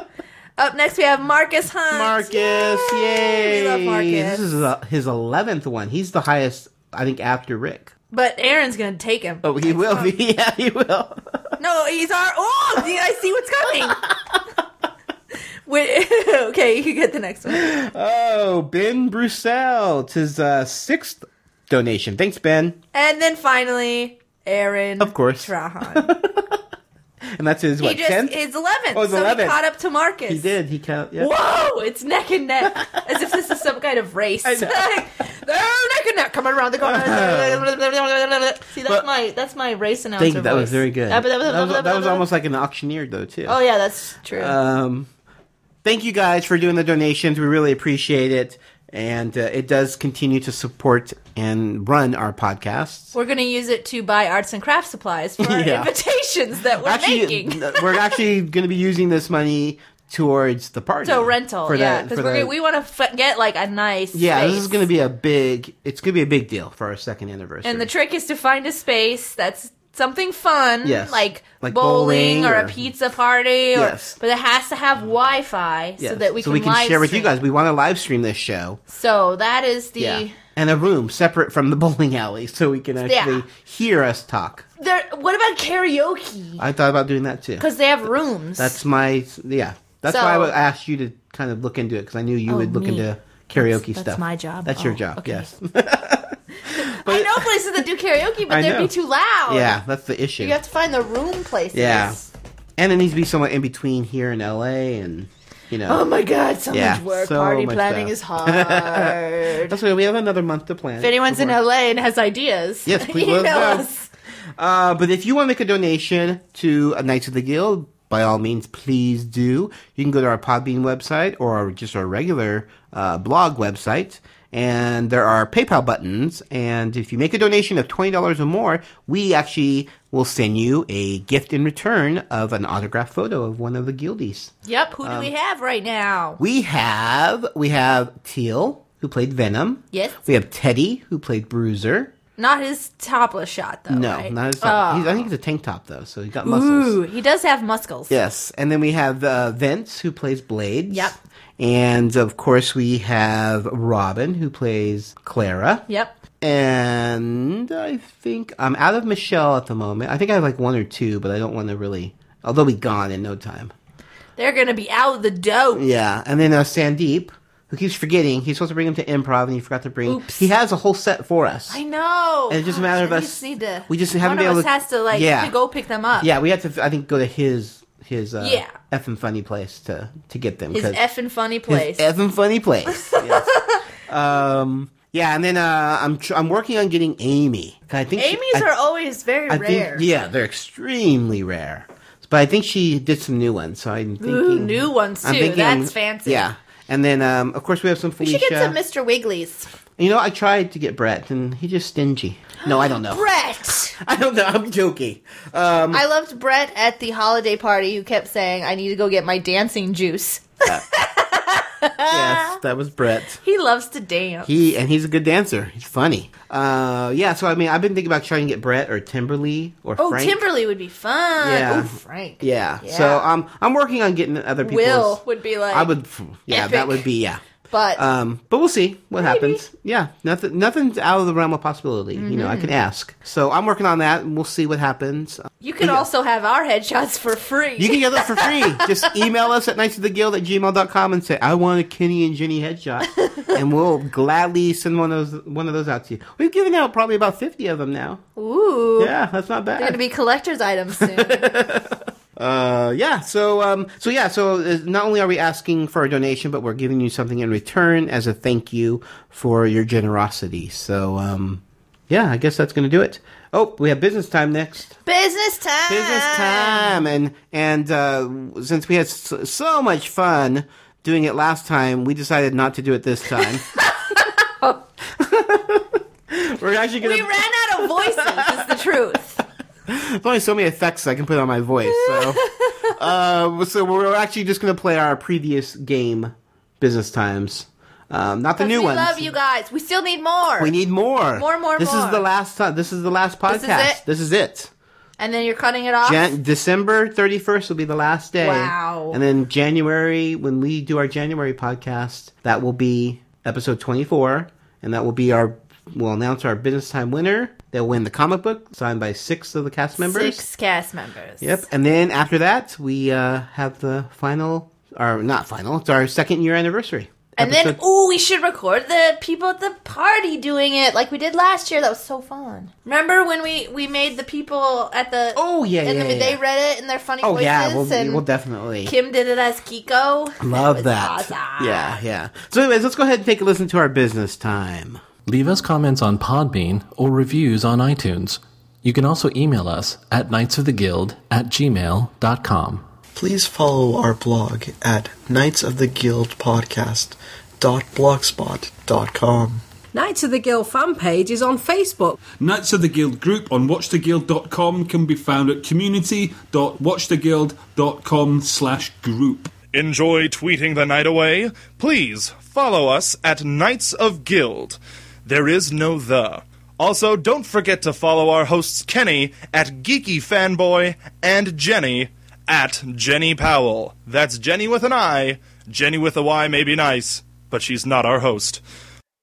Speaker 7: Up next, we have Marcus Hunt.
Speaker 8: Marcus, yay!
Speaker 7: We love Marcus,
Speaker 8: This is uh, his eleventh one. He's the highest, I think, after Rick.
Speaker 7: but Aaron's gonna take him.
Speaker 8: Oh, he will be. Yeah, he will.
Speaker 7: No, he's our. Oh, see, I see what's coming. Wait, okay, you can get the next one.
Speaker 8: Oh, Ben Brussel, tis uh, sixth donation. Thanks, Ben.
Speaker 7: And then finally, Aaron.
Speaker 8: Of course.
Speaker 7: Trahan.
Speaker 8: And that's his
Speaker 7: he
Speaker 8: what
Speaker 7: just
Speaker 8: tenth.
Speaker 7: is 11th.
Speaker 8: Oh, he's
Speaker 7: so
Speaker 8: 11th.
Speaker 7: he caught up to Marcus.
Speaker 8: He did. He count. Yeah.
Speaker 7: Whoa! It's neck and neck, as if this is some kind of race.
Speaker 8: I know.
Speaker 7: They're neck and neck, coming around the corner. See, that's
Speaker 8: But-
Speaker 7: my that's my race announcer.
Speaker 8: Thank you. That
Speaker 7: voice.
Speaker 8: was very good.
Speaker 7: Uh,
Speaker 8: That was, that was almost like an auctioneer, though, too.
Speaker 7: Oh yeah, that's true.
Speaker 8: Um, thank you guys for doing the donations. We really appreciate it, and uh, it does continue to support and run our podcast.
Speaker 7: We're going to use it to buy arts and craft supplies for our
Speaker 8: Yeah.
Speaker 7: invitations that we're
Speaker 8: actually,
Speaker 7: making.
Speaker 8: n- we're actually going to be using this money towards the party.
Speaker 7: So rental,
Speaker 8: for the-
Speaker 7: yeah, because
Speaker 8: for
Speaker 7: we're
Speaker 8: the-
Speaker 7: gonna- we want to f- get like a nice
Speaker 8: yeah, this
Speaker 7: space.
Speaker 8: is going to be a big. It's going to be a big deal for our second anniversary.
Speaker 7: And the trick is to find a space that's something fun,
Speaker 8: Yes.
Speaker 7: like,
Speaker 8: Like
Speaker 7: bowling,
Speaker 8: bowling
Speaker 7: or,
Speaker 8: or-
Speaker 7: a pizza party, or
Speaker 8: Yes.
Speaker 7: but it has to have Wi-Fi
Speaker 8: Yes,
Speaker 7: so that we can live
Speaker 8: share with you
Speaker 7: stream.
Speaker 8: guys. We want to live stream this show.
Speaker 7: So that is the
Speaker 8: yeah, and a room separate from the bowling alley, so we can actually hear us talk.
Speaker 7: there. What about karaoke?
Speaker 8: I thought about doing that too.
Speaker 7: Because they have rooms.
Speaker 8: That's my yeah. That's why
Speaker 7: So-
Speaker 8: I asked you to kind of look into it because I knew you
Speaker 7: Oh,
Speaker 8: would look
Speaker 7: me.
Speaker 8: into karaoke
Speaker 7: That's- that's
Speaker 8: stuff.
Speaker 7: my job.
Speaker 8: That's
Speaker 7: Oh,
Speaker 8: your job. Yes.
Speaker 7: I know places that do
Speaker 8: I
Speaker 7: karaoke, but they'd
Speaker 8: know.
Speaker 7: be too loud.
Speaker 8: Yeah, that's the issue.
Speaker 7: you have to find the room places.
Speaker 8: Yeah. And it needs to be somewhat in between here in LA and, you know.
Speaker 7: Oh my God, so
Speaker 8: Yeah,
Speaker 7: much work.
Speaker 8: so
Speaker 7: Party
Speaker 8: much stuff.
Speaker 7: planning is hard.
Speaker 8: That's why we have another month to plan.
Speaker 7: If anyone's in
Speaker 8: Before-
Speaker 7: LA and has ideas,
Speaker 8: Yes, please let
Speaker 7: email
Speaker 8: us know.
Speaker 7: us.
Speaker 8: Uh, but if you want to make a donation to a Knights of the Guild, by all means, please do. You can go to our Podbean website or our- just our regular uh, blog website. And there are PayPal buttons. And if you make a donation of $20 or more, we actually will send you a gift in return of an autographed photo of one of the Guildies.
Speaker 7: Yep. Who do
Speaker 8: Um,
Speaker 7: we have right now?
Speaker 8: We have we have Teal who played Venom.
Speaker 7: Yes.
Speaker 8: We have Teddy who played Bruiser.
Speaker 7: Not his topless shot though.
Speaker 8: no,
Speaker 7: right?
Speaker 8: not his
Speaker 7: Oh.
Speaker 8: top. He's, I think he's a tank top though, so he got muscles.
Speaker 7: Ooh, he does have muscles.
Speaker 8: Yes, and then we have uh, Vince who plays Blades.
Speaker 7: Yep.
Speaker 8: And of course we have Robin who plays Clara.
Speaker 7: Yep.
Speaker 8: And I think I'm out of Michelle at the moment. I think I have like one or two, but I don't want to really. Oh, they'll be gone in no time.
Speaker 7: They're gonna be out the dope.
Speaker 8: Yeah, and then uh, Sandeep, who keeps forgetting. He's supposed to bring him to improv, and he forgot to bring. He has a whole set for us.
Speaker 7: I know.
Speaker 8: And it's just a matter of
Speaker 7: we
Speaker 8: us-
Speaker 7: Just need to,
Speaker 8: we just
Speaker 7: one
Speaker 8: haven't been
Speaker 7: of
Speaker 8: able
Speaker 7: us
Speaker 8: to-
Speaker 7: has to like
Speaker 8: Yeah.
Speaker 7: to go pick them up.
Speaker 8: yeah, we have to. I think go to his his uh,
Speaker 7: Yeah.
Speaker 8: effing funny place to to get them.
Speaker 7: His
Speaker 8: 'cause-
Speaker 7: effing funny place.
Speaker 8: His effing funny place. Yes. um. Yeah, and then uh, I'm tr- I'm working on getting Amy. 'Cause I think she-
Speaker 7: Amy's
Speaker 8: I-
Speaker 7: are always very
Speaker 8: I
Speaker 7: rare.
Speaker 8: Think, yeah, they're extremely rare. But I think she did some new ones, so I'm thinking
Speaker 7: Ooh, new ones too.
Speaker 8: I'm thinking-
Speaker 7: That's fancy.
Speaker 8: Yeah, and then um, of course we have some
Speaker 7: We
Speaker 8: Felicia.
Speaker 7: should get some Mr. Wiggly's.
Speaker 8: you know, I tried to get Brett, and he's just stingy. No, I don't know.
Speaker 7: Brett.
Speaker 8: I don't know. I'm joking. Um,
Speaker 7: I loved Brett at the holiday party who kept saying, I need to go get my dancing juice. Uh.
Speaker 8: yes, that was Brett.
Speaker 7: He loves to dance.
Speaker 8: He and he's a good dancer. He's funny. Uh, yeah. So I mean, I've been thinking about trying to get Brett or Timberly or
Speaker 7: oh,
Speaker 8: Frank.
Speaker 7: Timberly would be fun.
Speaker 8: Yeah.
Speaker 7: Oh, Frank.
Speaker 8: yeah. So um, I'm working on getting other people.
Speaker 7: Will would be like,
Speaker 8: I would. Yeah, that
Speaker 7: epic.
Speaker 8: would be yeah.
Speaker 7: But
Speaker 8: Um, but we'll see what happens. Yeah, nothing, nothing's out of the realm of possibility. You know, I
Speaker 7: Mhm.
Speaker 8: can ask. So I'm working on that, and we'll see what happens.
Speaker 7: you could also have our headshots for free.
Speaker 8: You can get those for free. Just email us at nightsoftheguild at gmail.com and say, I want a Kenny and Jenny headshot. and we'll gladly send one of those one of those out to you. We've given out probably about 50 of them now.
Speaker 7: Ooh.
Speaker 8: Yeah, that's not
Speaker 7: They're going
Speaker 8: bad.
Speaker 7: to be collector's items soon.
Speaker 8: Uh, yeah, so um, so yeah, so uh, not only are we asking for a donation, but we're giving you something in return as a thank you for your generosity. So um, yeah, I guess that's going to do it. Oh, we have business time next. Ah.
Speaker 7: Business time.
Speaker 8: Business time, and and uh, since we had so, so much fun doing it last time, we decided not to do it this time. We're actually gonna.
Speaker 7: we ran out of voices, is the truth.
Speaker 8: There's only so many effects I can put on my voice, so uh, so we're actually just gonna play our previous game, business times, um, not the
Speaker 7: 'Cause
Speaker 8: new
Speaker 7: we
Speaker 8: ones.
Speaker 7: love you guys. We still need more.
Speaker 8: We need more.
Speaker 7: More, more,
Speaker 8: This
Speaker 7: more.
Speaker 8: is the last time. This is the last
Speaker 7: This is
Speaker 8: podcast.
Speaker 7: it?
Speaker 8: This is it.
Speaker 7: And then you're cutting it off.
Speaker 8: Jan- December 31st will be the last day.
Speaker 7: Wow.
Speaker 8: And then January, when we do our January podcast, that will be episode 24. And that will be our, we'll announce our business time winner. They'll win the comic book signed by six of the cast members.
Speaker 7: Six cast members.
Speaker 8: Yep. And then after that, we uh, have the final, or not final, it's our second year anniversary.
Speaker 7: And then,
Speaker 8: Episode-
Speaker 7: ooh, we should record the people at the party doing it like we did last year. That was so fun. Remember when we we made the people at the oh
Speaker 8: yeah,
Speaker 7: and
Speaker 8: yeah,
Speaker 7: then they
Speaker 8: yeah.
Speaker 7: read it in their funny
Speaker 8: oh,
Speaker 7: voices
Speaker 8: yeah, we'll,
Speaker 7: and
Speaker 8: we'll definitely.
Speaker 7: Kim did it as Kiko.
Speaker 8: Love that.
Speaker 7: was awesome.
Speaker 8: Yeah, yeah. So, anyways, let's go ahead and take a listen to our business time.
Speaker 16: Leave us comments on Podbean or reviews on iTunes. You can also email us at knightsoftheguild at gmail.com.
Speaker 17: Please follow our blog at Knights of the Guild Podcast dot blogspot dot com.
Speaker 18: Knights of the Guild fan page is on Facebook.
Speaker 19: Knights of the Guild group on watchtheguild.com can be found at community.watchtheguild.com slash group.
Speaker 20: Enjoy tweeting the night away? Please follow us at Knights of Guild. There is no the. Also, don't forget to follow our hosts Kenny at Geeky Fanboy and Jenny at Jenny Powell. That's Jenny with an I. Jenny with a Y may be nice, but she's not our host.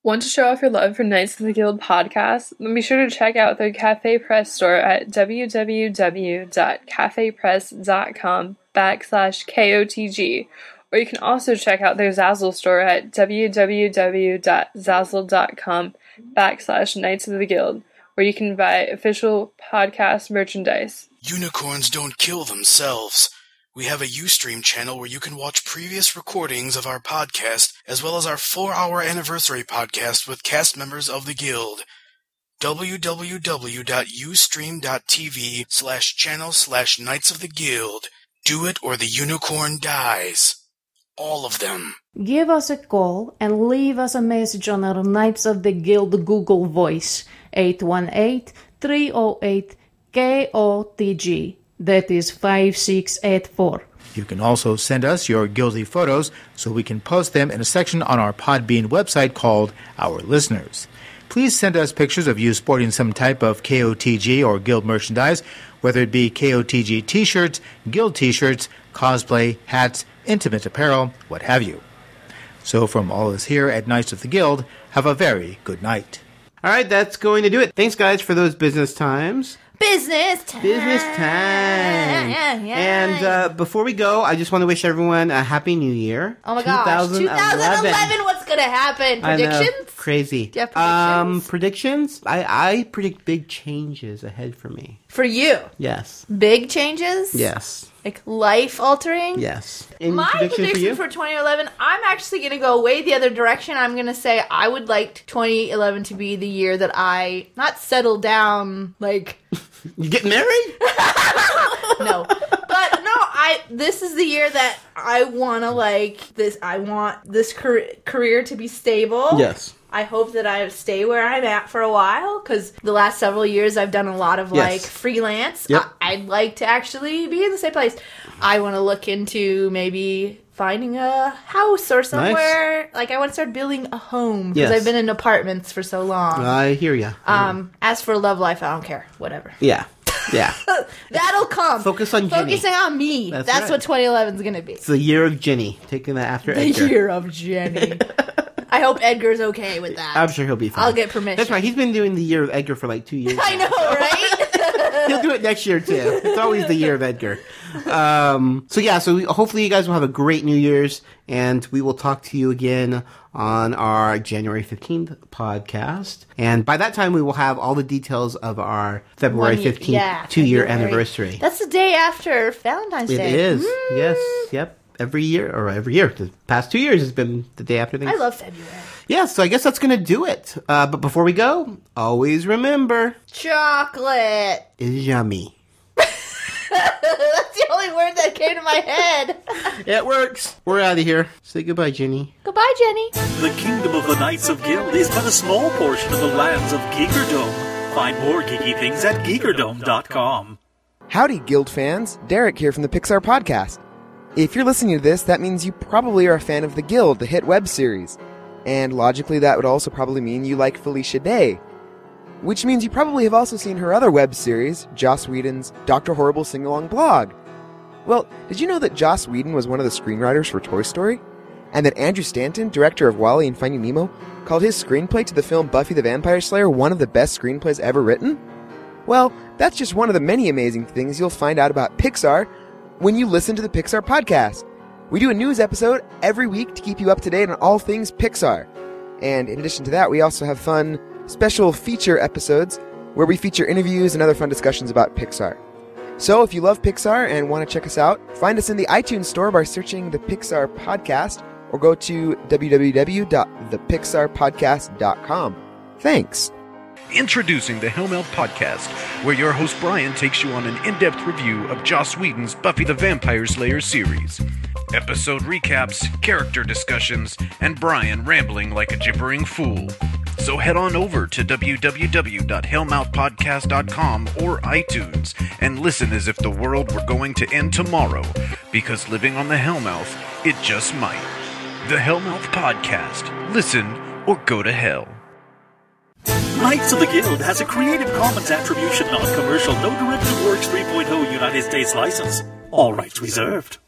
Speaker 21: Want to show off your love for Knights of the Guild podcast? Then be sure to check out the Cafe Press store at www.cafepress.com backslash KOTG. Or you can also check out their Zazzle store at www.zazzle.com backslash Knights of the Guild, where you can buy official podcast merchandise.
Speaker 22: Unicorns don't kill themselves. We have a Ustream channel where you can watch previous recordings of our podcast, as well as our four hour anniversary podcast with cast members of the Guild. www.ustream.tv slash channel slash Knights of the Guild. Do it or the unicorn dies. All of them.
Speaker 23: Give us a call and leave us a message on our Knights of the Guild Google Voice 818 308 KOTG. That is 5684.
Speaker 24: You can also send us your guilty photos so we can post them in a section on our Podbean website called Our Listeners. Please send us pictures of you sporting some type of KOTG or guild merchandise, whether it be KOTG t shirts, guild t shirts, cosplay, hats, intimate apparel, what have you. So, from all of us here at Knights of the Guild, have a very good night.
Speaker 8: All right, that's going to do it. Thanks, guys, for those business times.
Speaker 7: Business time.
Speaker 8: Business time.
Speaker 7: Yeah, yeah.
Speaker 8: And uh, before we go, I just want to wish everyone a happy new year.
Speaker 7: Oh my gosh. 2011, what's going to happen?
Speaker 8: I know.
Speaker 7: Predictions?
Speaker 8: Crazy.
Speaker 7: Do you have
Speaker 8: Um, predictions? I, I predict big changes ahead for me.
Speaker 7: For you.
Speaker 8: Yes.
Speaker 7: Big changes?
Speaker 8: Yes.
Speaker 7: Like life altering?
Speaker 8: Yes. Any
Speaker 7: My
Speaker 8: prediction for
Speaker 7: prediction
Speaker 8: you?
Speaker 7: for, 2011, I'm actually going to go way the other direction. I'm going to say I would like 2011 to be the year that I not settle down, like
Speaker 8: You get married?
Speaker 7: but no, I this is the year that I want to like this. I want this car- career to be stable.
Speaker 8: Yes.
Speaker 7: I hope that I stay where I'm at for a while because the last several years I've done a lot of
Speaker 8: Yes.
Speaker 7: like freelance.
Speaker 8: Yep.
Speaker 7: I- I'd like to actually be in the same place. I want to look into maybe finding a house or somewhere. Like I want to start building a home because
Speaker 8: Yes.
Speaker 7: I've been in apartments for so long.
Speaker 8: I hear ya.
Speaker 7: um, as for love life, I don't care. Whatever.
Speaker 8: Yeah. Yeah.
Speaker 7: That'll come.
Speaker 8: Focus on Jenny.
Speaker 7: Focusing on me.
Speaker 8: That's
Speaker 7: That's,
Speaker 8: right.
Speaker 7: what 2011 is going to be.
Speaker 8: It's the year of Jenny. Taking that after
Speaker 7: The
Speaker 8: Edgar.
Speaker 7: year of Jenny. I hope Edgar's okay with that.
Speaker 8: I'm sure he'll be fine.
Speaker 7: I'll get permission.
Speaker 8: That's right. He's been doing the year of Edgar for like two years.
Speaker 7: I know,
Speaker 8: He'll
Speaker 7: right?
Speaker 8: do it next year too. It's always the year of Edgar. Um, so yeah, so we, hopefully you guys will have a great New Year's, and we will talk to you again on our January fifteenth podcast. And by that time, we will have all the details of our February
Speaker 7: One year-
Speaker 8: fifteenth
Speaker 7: yeah,
Speaker 8: two-year
Speaker 7: February.
Speaker 8: anniversary.
Speaker 7: That's the day after Valentine's
Speaker 8: It
Speaker 7: Day.
Speaker 8: is.
Speaker 7: Mm,
Speaker 8: Yes. Yep. Every year, or every year, the past two years has been the day after things.
Speaker 7: I love February.
Speaker 8: Yeah, so I guess that's going to do it. Uh, but before we go, always remember
Speaker 7: Chocolate.
Speaker 8: is yummy.
Speaker 7: That's the only word that came to my head.
Speaker 8: It works. We're out of here. Say goodbye, Jenny.
Speaker 7: Goodbye, Jenny.
Speaker 20: The kingdom of the Knights of Guild is but a small portion of the lands of Geekerdome. Find more geeky things at geekerdome.com.
Speaker 2: Howdy, Guild fans! Derek here from the Pixar Podcast. If you're listening to this, that means you probably are a fan of The Guild, the hit web series. And logically, that would also probably mean you like Felicia Day. Which means you probably have also seen her other web series, Joss Whedon's Dr. Horrible Sing Along Blog. Well, did you know that Joss Whedon was one of the screenwriters for Toy Story? And that Andrew Stanton, director of Wally and Finding Nemo, called his screenplay to the film Buffy the Vampire Slayer one of the best screenplays ever written? Well, that's just one of the many amazing things you'll find out about Pixar when you listen to the Pixar podcast. We do a news episode every week to keep you up to date on all things Pixar. And in addition to that, we also have fun special feature episodes where we feature interviews and other fun discussions about Pixar. So if you love Pixar and want to check us out, find us in the iTunes store by searching the Pixar Podcast or go to www.thepixarpodcast.com. Thanks.
Speaker 11: Introducing the Hellmouth Podcast, where your host Brian takes you on an in depth review of Joss Whedon's Buffy the Vampire Slayer series. Episode recaps, character discussions, and Brian rambling like a gibbering fool. So head on over to www.hellmouthpodcast.com or iTunes and listen as if the world were going to end tomorrow, because living on the Hellmouth, it just might. The Hellmouth Podcast. Listen or go to hell.
Speaker 20: Knights of the Guild has a Creative Commons oh Attribution Non Commercial No Derivative Works 3.0 United States license. All rights reserved.